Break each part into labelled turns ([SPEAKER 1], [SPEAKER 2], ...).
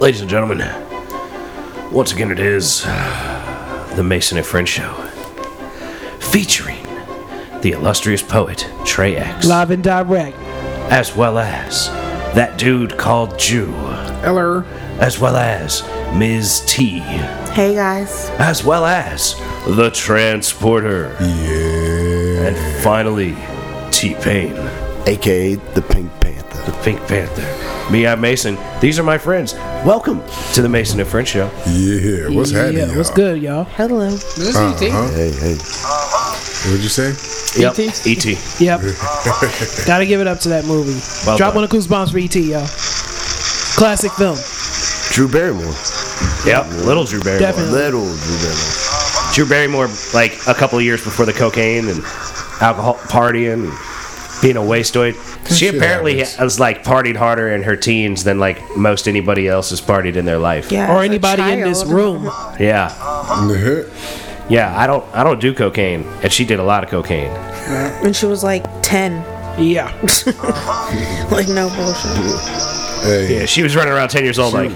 [SPEAKER 1] Ladies and gentlemen, once again it is the Mason and Friend Show, featuring the illustrious poet Trey X,
[SPEAKER 2] Live and direct.
[SPEAKER 1] as well as that dude called Jew,
[SPEAKER 3] Eller.
[SPEAKER 1] as well as Ms. T,
[SPEAKER 4] Hey guys.
[SPEAKER 1] as well as the Transporter,
[SPEAKER 3] Yeah.
[SPEAKER 1] and finally T Pain,
[SPEAKER 5] aka the Pink Panther.
[SPEAKER 1] the Pink Panther. Me, I'm Mason. These are my friends. Welcome to the Mason and Friend Show.
[SPEAKER 3] E Yeah. What's
[SPEAKER 2] yeah,
[SPEAKER 3] happening?
[SPEAKER 2] what's
[SPEAKER 3] y'all?
[SPEAKER 2] good, y'all?
[SPEAKER 4] Hello.
[SPEAKER 3] Uh-huh.
[SPEAKER 5] Hey, hey.
[SPEAKER 3] What'd you say?
[SPEAKER 1] Yep. E.T.
[SPEAKER 2] Yep. Gotta give it up to that movie.
[SPEAKER 1] Well
[SPEAKER 2] Drop
[SPEAKER 1] done.
[SPEAKER 2] one of Goosebumps for ET, y'all. Classic film.
[SPEAKER 5] Drew Barrymore.
[SPEAKER 1] Yep. Little Drew Barrymore.
[SPEAKER 2] Definitely.
[SPEAKER 5] Little Drew Barrymore.
[SPEAKER 1] Drew Barrymore, like a couple of years before the cocaine and alcohol partying, and being a wastoid. She
[SPEAKER 3] Shit
[SPEAKER 1] apparently
[SPEAKER 3] happens.
[SPEAKER 1] was like partied harder in her teens than like most anybody else has partied in their life.
[SPEAKER 4] Yeah.
[SPEAKER 2] Or
[SPEAKER 4] as a
[SPEAKER 2] anybody in this
[SPEAKER 4] child.
[SPEAKER 2] room.
[SPEAKER 1] yeah,
[SPEAKER 3] Uh-huh.
[SPEAKER 1] yeah. I don't, I don't do cocaine, and she did a lot of cocaine.
[SPEAKER 4] And she was like 10.
[SPEAKER 2] Yeah.
[SPEAKER 4] Like, no bullshit.
[SPEAKER 3] Hey.
[SPEAKER 1] Yeah, she was running around ten years old, like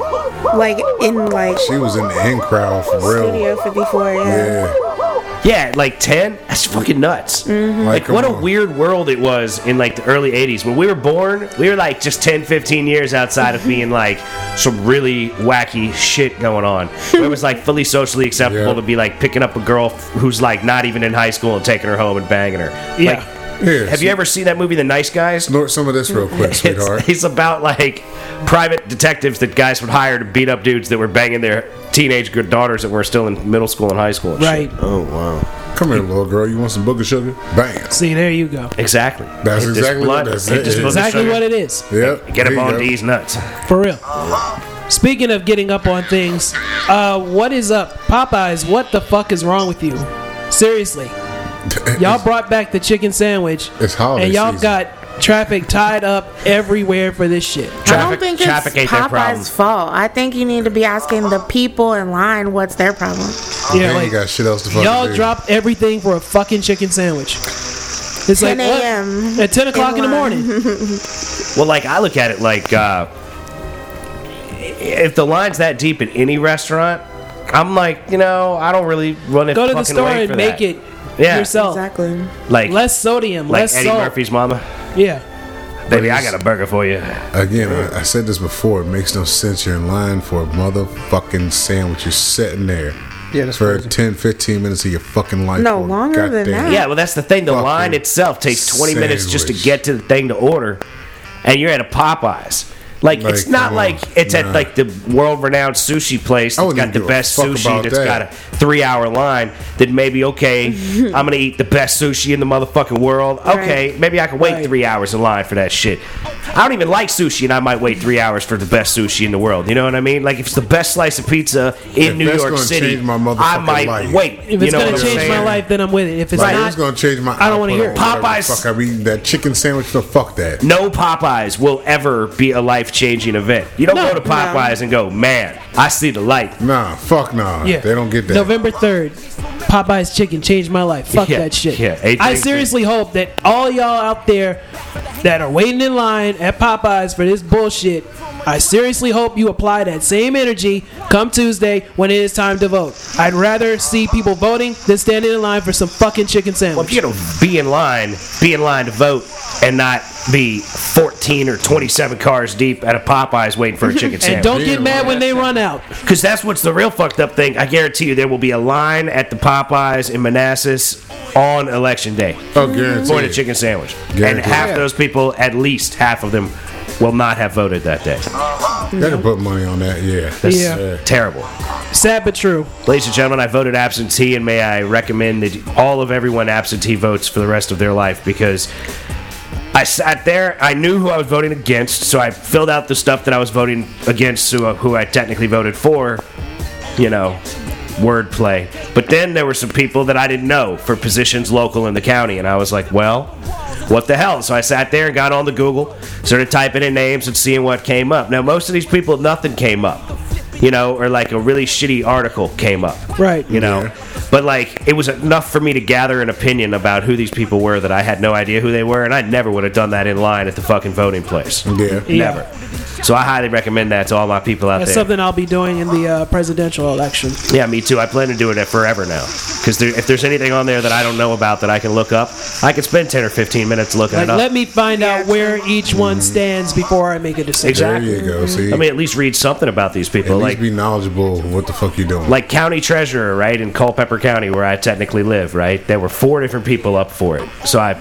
[SPEAKER 4] Like, in like
[SPEAKER 3] She was in the in crowd for real.
[SPEAKER 4] Studio 54, yeah.
[SPEAKER 3] Yeah.
[SPEAKER 1] yeah, like ten. That's fucking nuts.
[SPEAKER 3] Mm-hmm.
[SPEAKER 1] Like,
[SPEAKER 3] Like,
[SPEAKER 1] what a
[SPEAKER 3] come on.
[SPEAKER 1] weird world it was in like the early 80s. When we were born, we were like just 10, 15 years outside of being like some really wacky shit going on. Where it was like fully socially acceptable
[SPEAKER 3] Yeah.
[SPEAKER 1] to be like picking up a girl f- who's like not even in high school and taking her home and banging her.
[SPEAKER 2] Yeah.
[SPEAKER 1] Like,
[SPEAKER 3] Here,
[SPEAKER 1] have you ever seen that movie, The Nice Guys?
[SPEAKER 3] snort some of this real quick, sweetheart?
[SPEAKER 1] It's, it's about like private detectives that guys would hire to beat up dudes that were banging their teenage good daughters that were still in middle school and high school. and shit.
[SPEAKER 2] Right.
[SPEAKER 5] Oh, wow.
[SPEAKER 3] Come here, little girl. You want some booger sugar? Bam.
[SPEAKER 2] See, there you go.
[SPEAKER 1] Exactly.
[SPEAKER 3] That's
[SPEAKER 1] Hit this
[SPEAKER 3] exactly what
[SPEAKER 1] blood-
[SPEAKER 3] that's-
[SPEAKER 1] hit this
[SPEAKER 3] it
[SPEAKER 1] blood
[SPEAKER 3] is.
[SPEAKER 2] Exactly
[SPEAKER 1] sugar.
[SPEAKER 2] what it is.
[SPEAKER 3] Yep.
[SPEAKER 1] Get
[SPEAKER 3] There
[SPEAKER 1] him
[SPEAKER 3] you
[SPEAKER 1] on
[SPEAKER 3] go.
[SPEAKER 1] these nuts.
[SPEAKER 2] For real. Speaking of getting up on things, uh, what is up? Popeyes, what the fuck is wrong with you? Seriously. Y'all brought back the chicken sandwich.
[SPEAKER 3] It's holiday
[SPEAKER 2] And y'all
[SPEAKER 3] season.
[SPEAKER 2] got traffic tied up everywhere for this shit.
[SPEAKER 4] I
[SPEAKER 1] Traffic-
[SPEAKER 4] don't think
[SPEAKER 1] traffic ain't
[SPEAKER 4] it's
[SPEAKER 1] their problem.
[SPEAKER 4] Popeye's fault. I think you need to be asking the people in line what's their problem.
[SPEAKER 2] Yeah,
[SPEAKER 3] They
[SPEAKER 2] like,
[SPEAKER 3] ain't got shit else to fucking
[SPEAKER 2] Y'all
[SPEAKER 3] do.
[SPEAKER 2] dropped everything for a fucking chicken sandwich. It's like
[SPEAKER 4] 10
[SPEAKER 2] what?
[SPEAKER 4] a.m.
[SPEAKER 2] at ten o'clock in, the
[SPEAKER 4] line.
[SPEAKER 2] morning.
[SPEAKER 1] Well, like I look at it like uh, if the line's that deep at any restaurant, I'm like, you know, I don't really run it.
[SPEAKER 2] Go to the store and make it
[SPEAKER 1] Yeah.
[SPEAKER 2] yourself.
[SPEAKER 4] Exactly.
[SPEAKER 1] like
[SPEAKER 2] Less sodium,
[SPEAKER 1] like
[SPEAKER 2] less
[SPEAKER 1] Eddie
[SPEAKER 2] salt.
[SPEAKER 1] Murphy's mama.
[SPEAKER 2] Yeah,
[SPEAKER 1] Baby, I got a burger for you.
[SPEAKER 3] Again, I, I said this before. It makes no sense. You're in line for a motherfucking sandwich. You're sitting there
[SPEAKER 6] Yeah, that's
[SPEAKER 3] for
[SPEAKER 6] crazy.
[SPEAKER 3] 10, 15 minutes of your fucking life.
[SPEAKER 4] No,
[SPEAKER 3] for a
[SPEAKER 4] longer than
[SPEAKER 3] goddamn-
[SPEAKER 4] that.
[SPEAKER 1] Yeah, well, that's the thing. The
[SPEAKER 3] Fucking
[SPEAKER 1] line itself takes 20 minutes just to
[SPEAKER 3] sandwich.
[SPEAKER 1] get to the thing to order, and you're at a Popeyes. Like, it's
[SPEAKER 3] Like,
[SPEAKER 1] not
[SPEAKER 3] come
[SPEAKER 1] like
[SPEAKER 3] on.
[SPEAKER 1] it's at
[SPEAKER 3] Nah.
[SPEAKER 1] like the world-renowned sushi place
[SPEAKER 3] I
[SPEAKER 1] that's
[SPEAKER 3] wouldn't
[SPEAKER 1] got the
[SPEAKER 3] give a
[SPEAKER 1] best
[SPEAKER 3] fuck
[SPEAKER 1] sushi
[SPEAKER 3] about
[SPEAKER 1] that's
[SPEAKER 3] that.
[SPEAKER 1] got a three-hour line. That maybe okay, I'm gonna eat the best sushi in the motherfucking world. Okay, maybe I can wait
[SPEAKER 2] Right.
[SPEAKER 1] three hours in line for that shit. I don't even like sushi, and I might wait three hours for the best sushi in the world. You know what I mean? Like if it's the best slice of pizza in
[SPEAKER 3] If
[SPEAKER 1] New
[SPEAKER 3] that's
[SPEAKER 1] York
[SPEAKER 3] gonna
[SPEAKER 1] City,
[SPEAKER 3] change my
[SPEAKER 1] I
[SPEAKER 3] motherfucking
[SPEAKER 1] might
[SPEAKER 3] life.
[SPEAKER 1] wait.
[SPEAKER 2] if it's
[SPEAKER 1] you know
[SPEAKER 2] gonna
[SPEAKER 1] what I'm
[SPEAKER 2] change my
[SPEAKER 1] saying?
[SPEAKER 2] life, then I'm with it. If it's
[SPEAKER 3] Like,
[SPEAKER 2] not,
[SPEAKER 3] it's gonna change my.
[SPEAKER 2] I don't wanna
[SPEAKER 3] output
[SPEAKER 2] hear
[SPEAKER 3] on
[SPEAKER 2] it.
[SPEAKER 3] whatever the
[SPEAKER 1] Popeyes-
[SPEAKER 3] Fuck, I'm eating that chicken sandwich. The fuck that.
[SPEAKER 1] No Popeyes will ever be a life changing event. You don't
[SPEAKER 2] No.
[SPEAKER 1] go to Popeyes and go, man, I see the light.
[SPEAKER 3] Nah, fuck nah.
[SPEAKER 2] yeah,
[SPEAKER 3] They don't get that.
[SPEAKER 2] November third, Popeye's chicken changed my life. Fuck
[SPEAKER 1] Yeah,
[SPEAKER 2] that shit.
[SPEAKER 1] yeah, eight
[SPEAKER 2] I
[SPEAKER 1] things-
[SPEAKER 2] seriously hope that all y'all out there that are waiting in line at Popeyes for this bullshit, I seriously hope you apply that same energy come Tuesday when it is time to vote. I'd rather see people voting than standing in line for some fucking chicken
[SPEAKER 1] Well, if
[SPEAKER 2] sandwich.
[SPEAKER 1] you're gonna be in line, be in line to vote and not be 14 or 27 cars deep at a Popeyes waiting for a chicken
[SPEAKER 2] and
[SPEAKER 1] sandwich.
[SPEAKER 2] don't get mad when they run out.
[SPEAKER 1] Because that's what's the real fucked up thing. I guarantee you, there will be a line at the Popeyes in Manassas on election day
[SPEAKER 3] Oh, guaranteed.
[SPEAKER 1] for the chicken sandwich. And
[SPEAKER 3] Guaranteed.
[SPEAKER 1] half
[SPEAKER 3] Yeah.
[SPEAKER 1] those people, at least half of them, will not have voted that day.
[SPEAKER 3] They can put money on that. Yeah.
[SPEAKER 1] That's
[SPEAKER 2] Yeah.
[SPEAKER 1] terrible.
[SPEAKER 2] Sad but true.
[SPEAKER 1] Ladies and gentlemen, I voted absentee, and may I recommend that all of everyone absentee votes for the rest of their life because I sat there, I knew who I was voting against, so I filled out the stuff that I was voting against, who, who I technically voted for, you know, wordplay. But then there were some people that I didn't know for positions local in the county, and I was like, well, what the hell? So I sat there and got on the Google, started typing in names and seeing what came up. Now, most of these people, nothing came up, you know, or like a really shitty article came up
[SPEAKER 2] Right.
[SPEAKER 1] you know. But like, it was enough for me to gather an opinion about who these people were that I had no idea who they were, and I never would have done that in line at the fucking voting place.
[SPEAKER 2] Mm.
[SPEAKER 3] Yeah.
[SPEAKER 1] Never. So I highly recommend that to all my people out
[SPEAKER 2] That's
[SPEAKER 1] there.
[SPEAKER 2] something I'll be doing in the uh, presidential election.
[SPEAKER 1] Yeah, me too. I plan to do it forever now. Because there, if there's anything on there that I don't know about that I can look up, I can spend 10 or 15 minutes looking
[SPEAKER 2] Like,
[SPEAKER 1] it up.
[SPEAKER 2] let me find out where each
[SPEAKER 3] Mm-hmm.
[SPEAKER 2] one stands before I make a decision.
[SPEAKER 1] Exactly.
[SPEAKER 3] There you go. See,
[SPEAKER 1] I mean, at least read something about these
[SPEAKER 3] at
[SPEAKER 1] people.
[SPEAKER 3] least
[SPEAKER 1] Like,
[SPEAKER 3] be knowledgeable of what the fuck you doing.
[SPEAKER 1] like county treasurer, right, in Culpeper County, where I technically live, right? There were four different people up for it. So I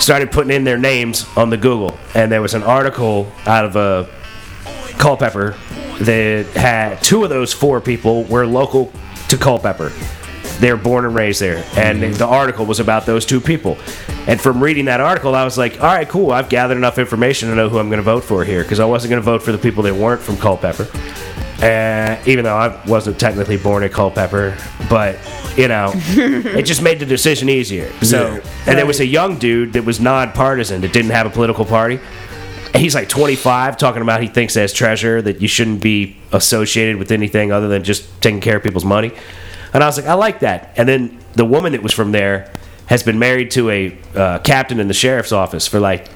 [SPEAKER 1] started putting in their names on the Google, and there was an article out of a Culpeper that had two of those four people were local to Culpeper. They're born and raised there, and the article was about those two people. And from reading that article, I was like, "All right, cool. I've gathered enough information to know who I'm going to vote for here, because I wasn't going to vote for the people that weren't from Culpeper, uh, even though I wasn't technically born at Culpeper. But you know, it just made the decision easier. So,
[SPEAKER 3] Yeah.
[SPEAKER 1] and there was a young dude that was nonpartisan that didn't have a political party, and he's like 25 talking about he thinks as treasurer that you shouldn't be associated with anything other than just taking care of people's money and i was like i like that and then the woman that was from there has been married to a uh, captain in the sheriff's office for like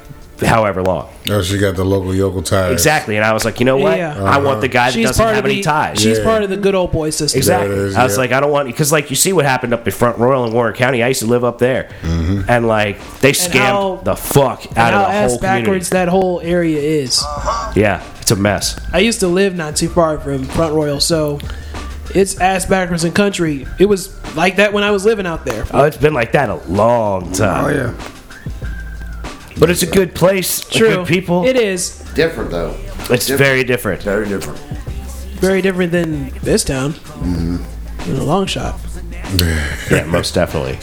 [SPEAKER 1] however long
[SPEAKER 3] Oh, she got the local yokel tires.
[SPEAKER 1] exactly and i was like you know what
[SPEAKER 2] Yeah.
[SPEAKER 1] i want the guy that doesn't have
[SPEAKER 2] of
[SPEAKER 1] any
[SPEAKER 2] the,
[SPEAKER 1] ties
[SPEAKER 2] She's
[SPEAKER 3] Yeah.
[SPEAKER 2] part of the good old boy system.
[SPEAKER 1] Exactly.
[SPEAKER 3] There it is,
[SPEAKER 1] I was
[SPEAKER 3] yeah.
[SPEAKER 1] like, I don't want because like you see what happened up in Front Royal in Warren County. I used to live up there,
[SPEAKER 3] Mm-hmm.
[SPEAKER 1] and like they scammed
[SPEAKER 2] how-
[SPEAKER 1] the fuck out of
[SPEAKER 2] And how
[SPEAKER 1] the whole
[SPEAKER 2] ass backwards that whole area is.
[SPEAKER 1] community. Yeah, it's a mess.
[SPEAKER 2] I used to live not too far from Front Royal, so it's ass backwards in country. It was like that when I was living out there.
[SPEAKER 1] Oh, it's been like that a long
[SPEAKER 3] Oh,
[SPEAKER 1] time.
[SPEAKER 5] yeah.
[SPEAKER 1] But it's a good place. True.
[SPEAKER 2] True,
[SPEAKER 1] Good people.
[SPEAKER 2] It is
[SPEAKER 5] Different though.
[SPEAKER 1] it's very different.
[SPEAKER 5] Very different.
[SPEAKER 2] very different than this town.
[SPEAKER 3] Mm-hmm.
[SPEAKER 2] In a long shot.
[SPEAKER 1] Yeah, most definitely.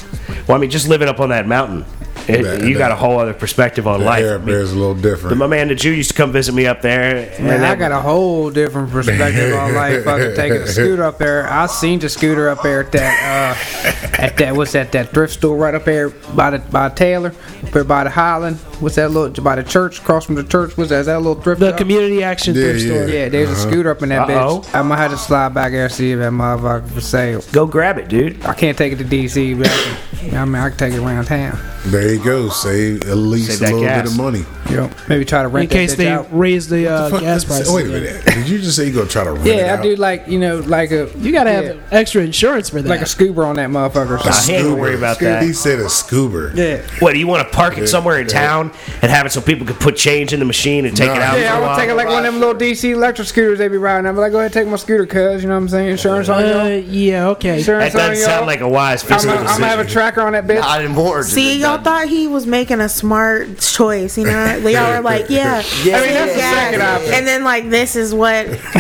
[SPEAKER 1] Well, I mean, just living up on that mountain, it,
[SPEAKER 3] That-
[SPEAKER 1] you got
[SPEAKER 3] that-
[SPEAKER 1] a whole other perspective on
[SPEAKER 3] The
[SPEAKER 1] life.
[SPEAKER 3] hair up there is a little different.
[SPEAKER 1] my man, the Jew, used to come visit me up there, and
[SPEAKER 6] Man, I
[SPEAKER 1] that-
[SPEAKER 6] got a whole different perspective on life. Fucking taking a scooter up there. I seen the scooter up there at that, uh, at that what's that that thrift store right up there by the by Taylor, up there by the Highland. What's that little by the church across from the church? What's that? Is that little thrift?
[SPEAKER 2] The
[SPEAKER 6] shop?
[SPEAKER 2] community action
[SPEAKER 3] Yeah,
[SPEAKER 2] thrift store.
[SPEAKER 6] Yeah, there's a scooter up in that
[SPEAKER 1] Uh-oh.
[SPEAKER 6] bitch. I might have to slide back there and see if that motherfucker for sale.
[SPEAKER 1] go grab it, dude.
[SPEAKER 6] I can't take it to DC, but I, can, I mean I can take it around town.
[SPEAKER 3] There you go. Save at
[SPEAKER 1] Save
[SPEAKER 3] least a
[SPEAKER 1] that
[SPEAKER 3] little
[SPEAKER 1] gas.
[SPEAKER 3] bit of money.
[SPEAKER 6] Yep. Maybe try to rent
[SPEAKER 2] In
[SPEAKER 6] that
[SPEAKER 2] case
[SPEAKER 6] bitch
[SPEAKER 2] they
[SPEAKER 6] out.
[SPEAKER 2] raise the uh,
[SPEAKER 3] Fuck,
[SPEAKER 2] gas prices.
[SPEAKER 3] Wait a minute. Did you just say you gonna try to rent it
[SPEAKER 6] Yeah,
[SPEAKER 3] out?
[SPEAKER 6] I do like you know like a
[SPEAKER 2] You gotta have
[SPEAKER 6] yeah,
[SPEAKER 2] extra insurance for that.
[SPEAKER 6] like a scuba on that motherfucker. Or
[SPEAKER 3] A
[SPEAKER 1] Nah,
[SPEAKER 6] something.
[SPEAKER 1] he ain't gonna
[SPEAKER 3] scuba.
[SPEAKER 1] worry about
[SPEAKER 3] Scuba-
[SPEAKER 1] that.
[SPEAKER 3] He said a scuba.
[SPEAKER 6] Yeah.
[SPEAKER 1] What do you want to park it somewhere in
[SPEAKER 3] yeah.
[SPEAKER 1] town and have it so people could put change in the machine and take
[SPEAKER 3] Nah.
[SPEAKER 1] it out?
[SPEAKER 6] Yeah,
[SPEAKER 1] for
[SPEAKER 6] I
[SPEAKER 1] a
[SPEAKER 6] would
[SPEAKER 1] while?
[SPEAKER 6] take it like one of them little DC electric scooters they be riding. I'd be like, go ahead, take my scooter, cuz. You know what I'm saying? Insurance on y'all.
[SPEAKER 2] uh, yeah, okay.
[SPEAKER 6] Insurance
[SPEAKER 1] That
[SPEAKER 6] on
[SPEAKER 1] doesn't
[SPEAKER 6] y'all.
[SPEAKER 1] sound like a wise
[SPEAKER 6] I'm
[SPEAKER 1] fiscal
[SPEAKER 6] gonna I'm
[SPEAKER 1] decision.
[SPEAKER 6] gonna have a tracker on that bitch.
[SPEAKER 5] Not in Orange.
[SPEAKER 4] See, y'all thought he was making a smart choice, you know? Y'all were like, yeah.
[SPEAKER 5] Yeah,
[SPEAKER 4] I mean,
[SPEAKER 5] that's the
[SPEAKER 6] second option.
[SPEAKER 4] And then, like, this is what.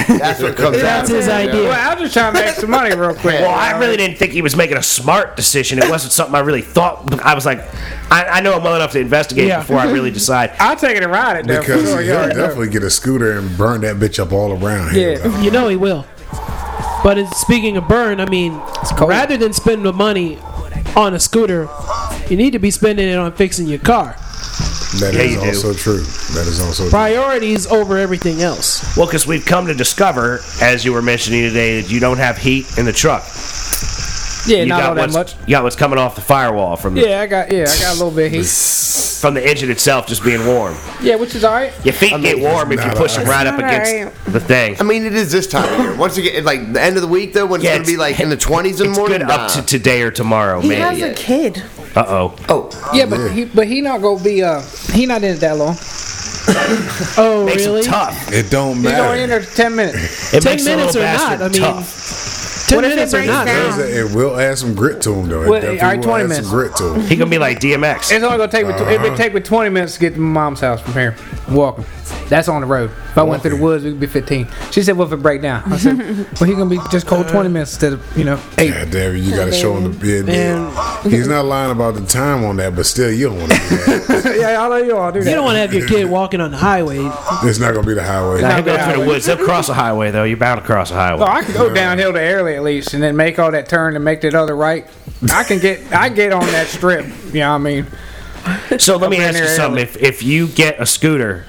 [SPEAKER 5] That's what comes
[SPEAKER 2] That's
[SPEAKER 5] out.
[SPEAKER 2] his idea.
[SPEAKER 6] Well, I'm just trying to make some money real quick.
[SPEAKER 1] Well, I really didn't think he was making a smart decision. It wasn't something I really thought. I was like, I, I know him well enough to investigate
[SPEAKER 2] Yeah.
[SPEAKER 1] before I really decide.
[SPEAKER 6] I'll take it and ride it though.
[SPEAKER 3] Because
[SPEAKER 6] for sure,
[SPEAKER 3] he'll
[SPEAKER 6] y'all already know.
[SPEAKER 3] definitely get a scooter and burn that bitch up all around here.
[SPEAKER 6] Yeah.
[SPEAKER 2] You know he will. But it's, speaking of burn, I mean, rather than spend the money on a scooter, you need to be spending it on fixing your car.
[SPEAKER 3] That
[SPEAKER 1] Yeah,
[SPEAKER 3] is
[SPEAKER 1] you do.
[SPEAKER 3] also true. That is also
[SPEAKER 2] Priorities over everything else.
[SPEAKER 1] Well, because we've come to discover, as you were mentioning today, that you don't have heat in the truck.
[SPEAKER 6] Yeah,
[SPEAKER 1] you
[SPEAKER 6] not all that
[SPEAKER 1] what's,
[SPEAKER 6] much.
[SPEAKER 1] You got what's coming off the firewall from the,
[SPEAKER 6] Yeah, I got yeah, I got a little bit of heat.
[SPEAKER 1] from the engine itself just being warm.
[SPEAKER 6] Yeah, which is alright.
[SPEAKER 1] Your feet get warm if you
[SPEAKER 3] not
[SPEAKER 1] push them right up
[SPEAKER 4] It's not
[SPEAKER 1] against
[SPEAKER 4] alright.
[SPEAKER 1] the thing.
[SPEAKER 5] I mean, it is this time of year. Once again, like the end of the week though, when
[SPEAKER 1] Yeah,
[SPEAKER 5] it's gonna be like in the 20s in the
[SPEAKER 1] it's
[SPEAKER 5] morning.
[SPEAKER 1] good up
[SPEAKER 5] nah.
[SPEAKER 1] to today or tomorrow,
[SPEAKER 4] He
[SPEAKER 1] man.
[SPEAKER 4] has a kid.
[SPEAKER 1] Uh oh.
[SPEAKER 5] oh,
[SPEAKER 6] Yeah, but he but he not gonna be uh he not in it that long.
[SPEAKER 2] Oh,
[SPEAKER 1] Makes
[SPEAKER 2] really?
[SPEAKER 1] it tough.
[SPEAKER 3] It don't
[SPEAKER 6] He going
[SPEAKER 3] matter.
[SPEAKER 6] in there for ten minutes.
[SPEAKER 1] It
[SPEAKER 2] Ten
[SPEAKER 1] makes a
[SPEAKER 2] minutes
[SPEAKER 1] little
[SPEAKER 2] or
[SPEAKER 1] bastard
[SPEAKER 2] not, I mean,
[SPEAKER 1] tough.
[SPEAKER 2] Ten
[SPEAKER 4] What if it
[SPEAKER 2] minutes or
[SPEAKER 4] breaks
[SPEAKER 2] not?
[SPEAKER 4] down?
[SPEAKER 2] though.
[SPEAKER 3] It will add some grit to him, though. It
[SPEAKER 6] Well,
[SPEAKER 3] definitely
[SPEAKER 6] all right,
[SPEAKER 3] will
[SPEAKER 6] 20
[SPEAKER 3] add
[SPEAKER 6] minutes.
[SPEAKER 3] Some grit to him.
[SPEAKER 1] He gonna be like DMX.
[SPEAKER 6] It's only gonna take me tw- it would take me twenty minutes to get to my mom's house from here. Walking. That's on the road. If I went through the woods, it would be fifteen. She said, "Well, if it break down," I said, "Well, he gonna be just cold twenty minutes instead of you know eight.
[SPEAKER 3] God damn it, you gotta show him the bid. He's not lying about the time on that, but still, you don't want to do that.
[SPEAKER 6] yeah, I know you all do that.
[SPEAKER 2] You don't want to have your kid walking on the highway.
[SPEAKER 3] it's not gonna be the highway.
[SPEAKER 1] He'll go
[SPEAKER 6] good
[SPEAKER 1] through the
[SPEAKER 6] highway.
[SPEAKER 1] woods. They'll cross a highway though. You're bound to cross a highway.
[SPEAKER 6] Oh, I can go downhill to Airly at least, and then make all that turn and make that other right. I can get I get on that strip. You know what I mean?
[SPEAKER 1] So let me
[SPEAKER 6] Over in
[SPEAKER 1] ask you
[SPEAKER 6] there,
[SPEAKER 1] something. If, if you get a scooter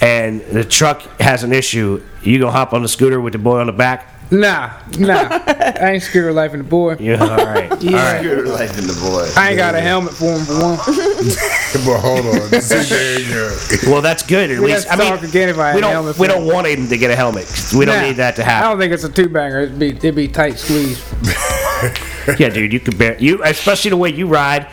[SPEAKER 1] and the truck has an issue, you gonna hop on the scooter with the boy on the back?
[SPEAKER 6] Nah, nah. I ain't scared of life in the boy.
[SPEAKER 1] Yeah, all right.
[SPEAKER 2] Yeah.
[SPEAKER 5] You're life in the boy.
[SPEAKER 6] I ain't got a helmet for him for one.
[SPEAKER 3] But hold on. there you go.
[SPEAKER 1] Well, that's good. At
[SPEAKER 6] We'd
[SPEAKER 1] least I
[SPEAKER 6] have to
[SPEAKER 1] mean,
[SPEAKER 6] talk again if I had
[SPEAKER 1] we
[SPEAKER 6] a
[SPEAKER 1] don't
[SPEAKER 6] helmet
[SPEAKER 1] we
[SPEAKER 6] for
[SPEAKER 1] don't want him to get a helmet. We don't
[SPEAKER 6] Nah,
[SPEAKER 1] need that to
[SPEAKER 6] I
[SPEAKER 1] happen.
[SPEAKER 6] don't think it's a two banger. It'd be, it'd be tight squeeze.
[SPEAKER 1] Yeah, dude, you could bear you, especially the way you ride.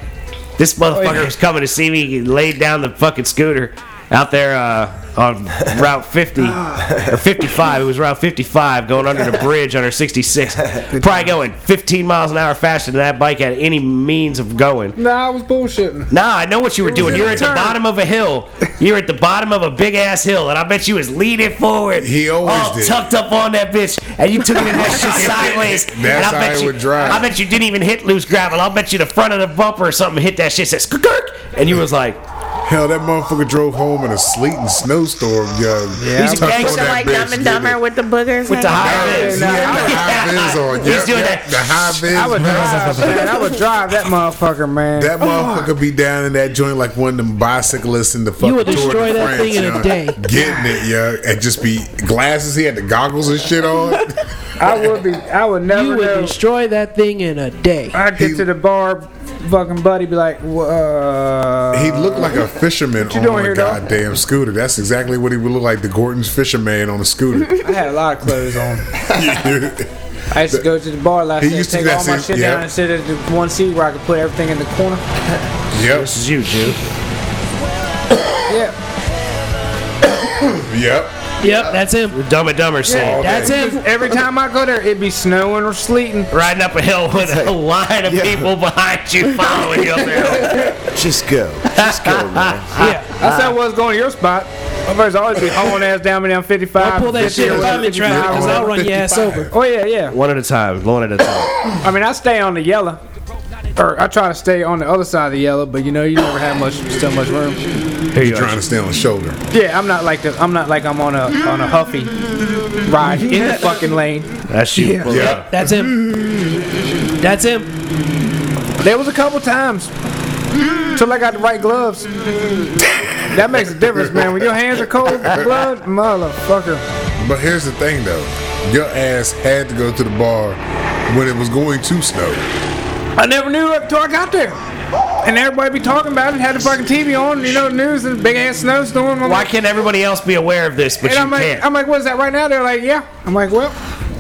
[SPEAKER 1] This motherfucker
[SPEAKER 6] yeah.
[SPEAKER 1] was coming to see me. He laid down the fucking scooter out there uh, on Route 50 or 55. It was Route 55 going under the bridge under 66. Probably going 15 miles an hour faster than that bike had any means of going.
[SPEAKER 6] Nah, I was bullshitting.
[SPEAKER 1] Nah, I know what you were doing. You're at the bottom of a hill. You're at the bottom of a big ass hill, and I bet you was leaning forward.
[SPEAKER 3] He always
[SPEAKER 1] all
[SPEAKER 3] did.
[SPEAKER 1] tucked up on that bitch, and you took it in that shit sideways. and
[SPEAKER 3] That's
[SPEAKER 1] I
[SPEAKER 3] how
[SPEAKER 1] bet
[SPEAKER 3] it
[SPEAKER 1] you,
[SPEAKER 3] would drive.
[SPEAKER 1] I bet you didn't even hit loose gravel. I'll bet you the front of the bumper or something hit that shit. Says kirk, and you was like,
[SPEAKER 3] Hell, that motherfucker drove home in a sleet and snowstorm, yo.
[SPEAKER 6] Yeah, He's a
[SPEAKER 3] Tucked on
[SPEAKER 1] gangster
[SPEAKER 3] that
[SPEAKER 4] like
[SPEAKER 3] bitch,
[SPEAKER 4] Dumb and
[SPEAKER 3] didn't
[SPEAKER 4] Dumber
[SPEAKER 3] it?
[SPEAKER 4] with the boogers.
[SPEAKER 1] with the
[SPEAKER 4] hanging
[SPEAKER 1] high
[SPEAKER 4] out.
[SPEAKER 3] Yeah,
[SPEAKER 1] vis.
[SPEAKER 3] he had the high vis on.
[SPEAKER 1] He's
[SPEAKER 3] Yep,
[SPEAKER 1] doing
[SPEAKER 3] yep,
[SPEAKER 1] that.
[SPEAKER 3] The high vis.
[SPEAKER 6] I would drive, man. I would drive that motherfucker, man.
[SPEAKER 3] That motherfucker be down in that joint like one of them bicyclists in the fucking
[SPEAKER 2] would
[SPEAKER 3] Tour de
[SPEAKER 2] destroy that
[SPEAKER 3] France,
[SPEAKER 2] thing in a
[SPEAKER 3] yo.
[SPEAKER 2] day.
[SPEAKER 3] Getting it, yo, and just be glasses. He had the goggles and shit on.
[SPEAKER 6] I would be. I would never.
[SPEAKER 2] You would
[SPEAKER 6] know.
[SPEAKER 2] destroy that thing in a day.
[SPEAKER 6] I'd get
[SPEAKER 3] He-
[SPEAKER 6] to the bar, fucking buddy, be like, "Wha- uh,
[SPEAKER 3] he looked like a fisherman
[SPEAKER 6] you
[SPEAKER 3] on
[SPEAKER 6] doing
[SPEAKER 3] a
[SPEAKER 6] here, dog?
[SPEAKER 3] goddamn scooter. That's exactly what he would look like, the Gordon's fisherman on a scooter.
[SPEAKER 6] I had a lot of clothes on. I used to go to the bar last
[SPEAKER 3] He
[SPEAKER 6] night,
[SPEAKER 3] used to
[SPEAKER 6] take
[SPEAKER 3] do that
[SPEAKER 6] all my
[SPEAKER 3] same-
[SPEAKER 6] shit
[SPEAKER 3] yeah.
[SPEAKER 6] down and sit at the one seat where I could put everything in the corner.
[SPEAKER 3] yep,
[SPEAKER 1] This is you, dude.
[SPEAKER 6] Yeah,
[SPEAKER 3] yep.
[SPEAKER 2] Yep, that's him.
[SPEAKER 1] Dumb and Dumber saying.
[SPEAKER 2] That's him.
[SPEAKER 6] every time I go there, it'd be snowing or sleeting.
[SPEAKER 1] Riding up a hill with a line of people behind you following you up there.
[SPEAKER 5] Just go. Just go, man.
[SPEAKER 2] Yeah.
[SPEAKER 6] That's
[SPEAKER 3] Ah.
[SPEAKER 6] how I was going to your spot. My first always be hauling ass down me down 55.
[SPEAKER 2] I'll pull that shit
[SPEAKER 6] or
[SPEAKER 2] if I'm in traffic
[SPEAKER 6] whatever.
[SPEAKER 2] because I'll run your ass over.
[SPEAKER 6] Oh yeah, yeah.
[SPEAKER 1] One at a time, one at a time.
[SPEAKER 6] I mean, I stay on the yellow, or I try to stay on the other side of the yellow, but you know, you never have much, so much room.
[SPEAKER 1] Here you
[SPEAKER 3] Trying to stay on the shoulder.
[SPEAKER 6] Yeah, I'm not like the, I'm not like I'm on a on a huffy ride in the fucking lane.
[SPEAKER 1] That's you.
[SPEAKER 2] Yeah.
[SPEAKER 3] Yeah.
[SPEAKER 2] That's him. That's him.
[SPEAKER 6] There was a couple times till I got the right gloves. That makes a difference, man. When your hands are cold, blood, motherfucker.
[SPEAKER 3] But here's the thing, though. Your ass had to go to the bar when it was going to snow.
[SPEAKER 6] I never knew it until I got there. And everybody be talking about it, had the fucking TV on, you know, the news and big ass snowstorm. I'm
[SPEAKER 1] Why
[SPEAKER 6] like,
[SPEAKER 1] can't everybody else be aware of this, but
[SPEAKER 6] and
[SPEAKER 1] you
[SPEAKER 6] I'm like,
[SPEAKER 1] can't?
[SPEAKER 6] I'm like, what is that right now? They're like, yeah. I'm like, well,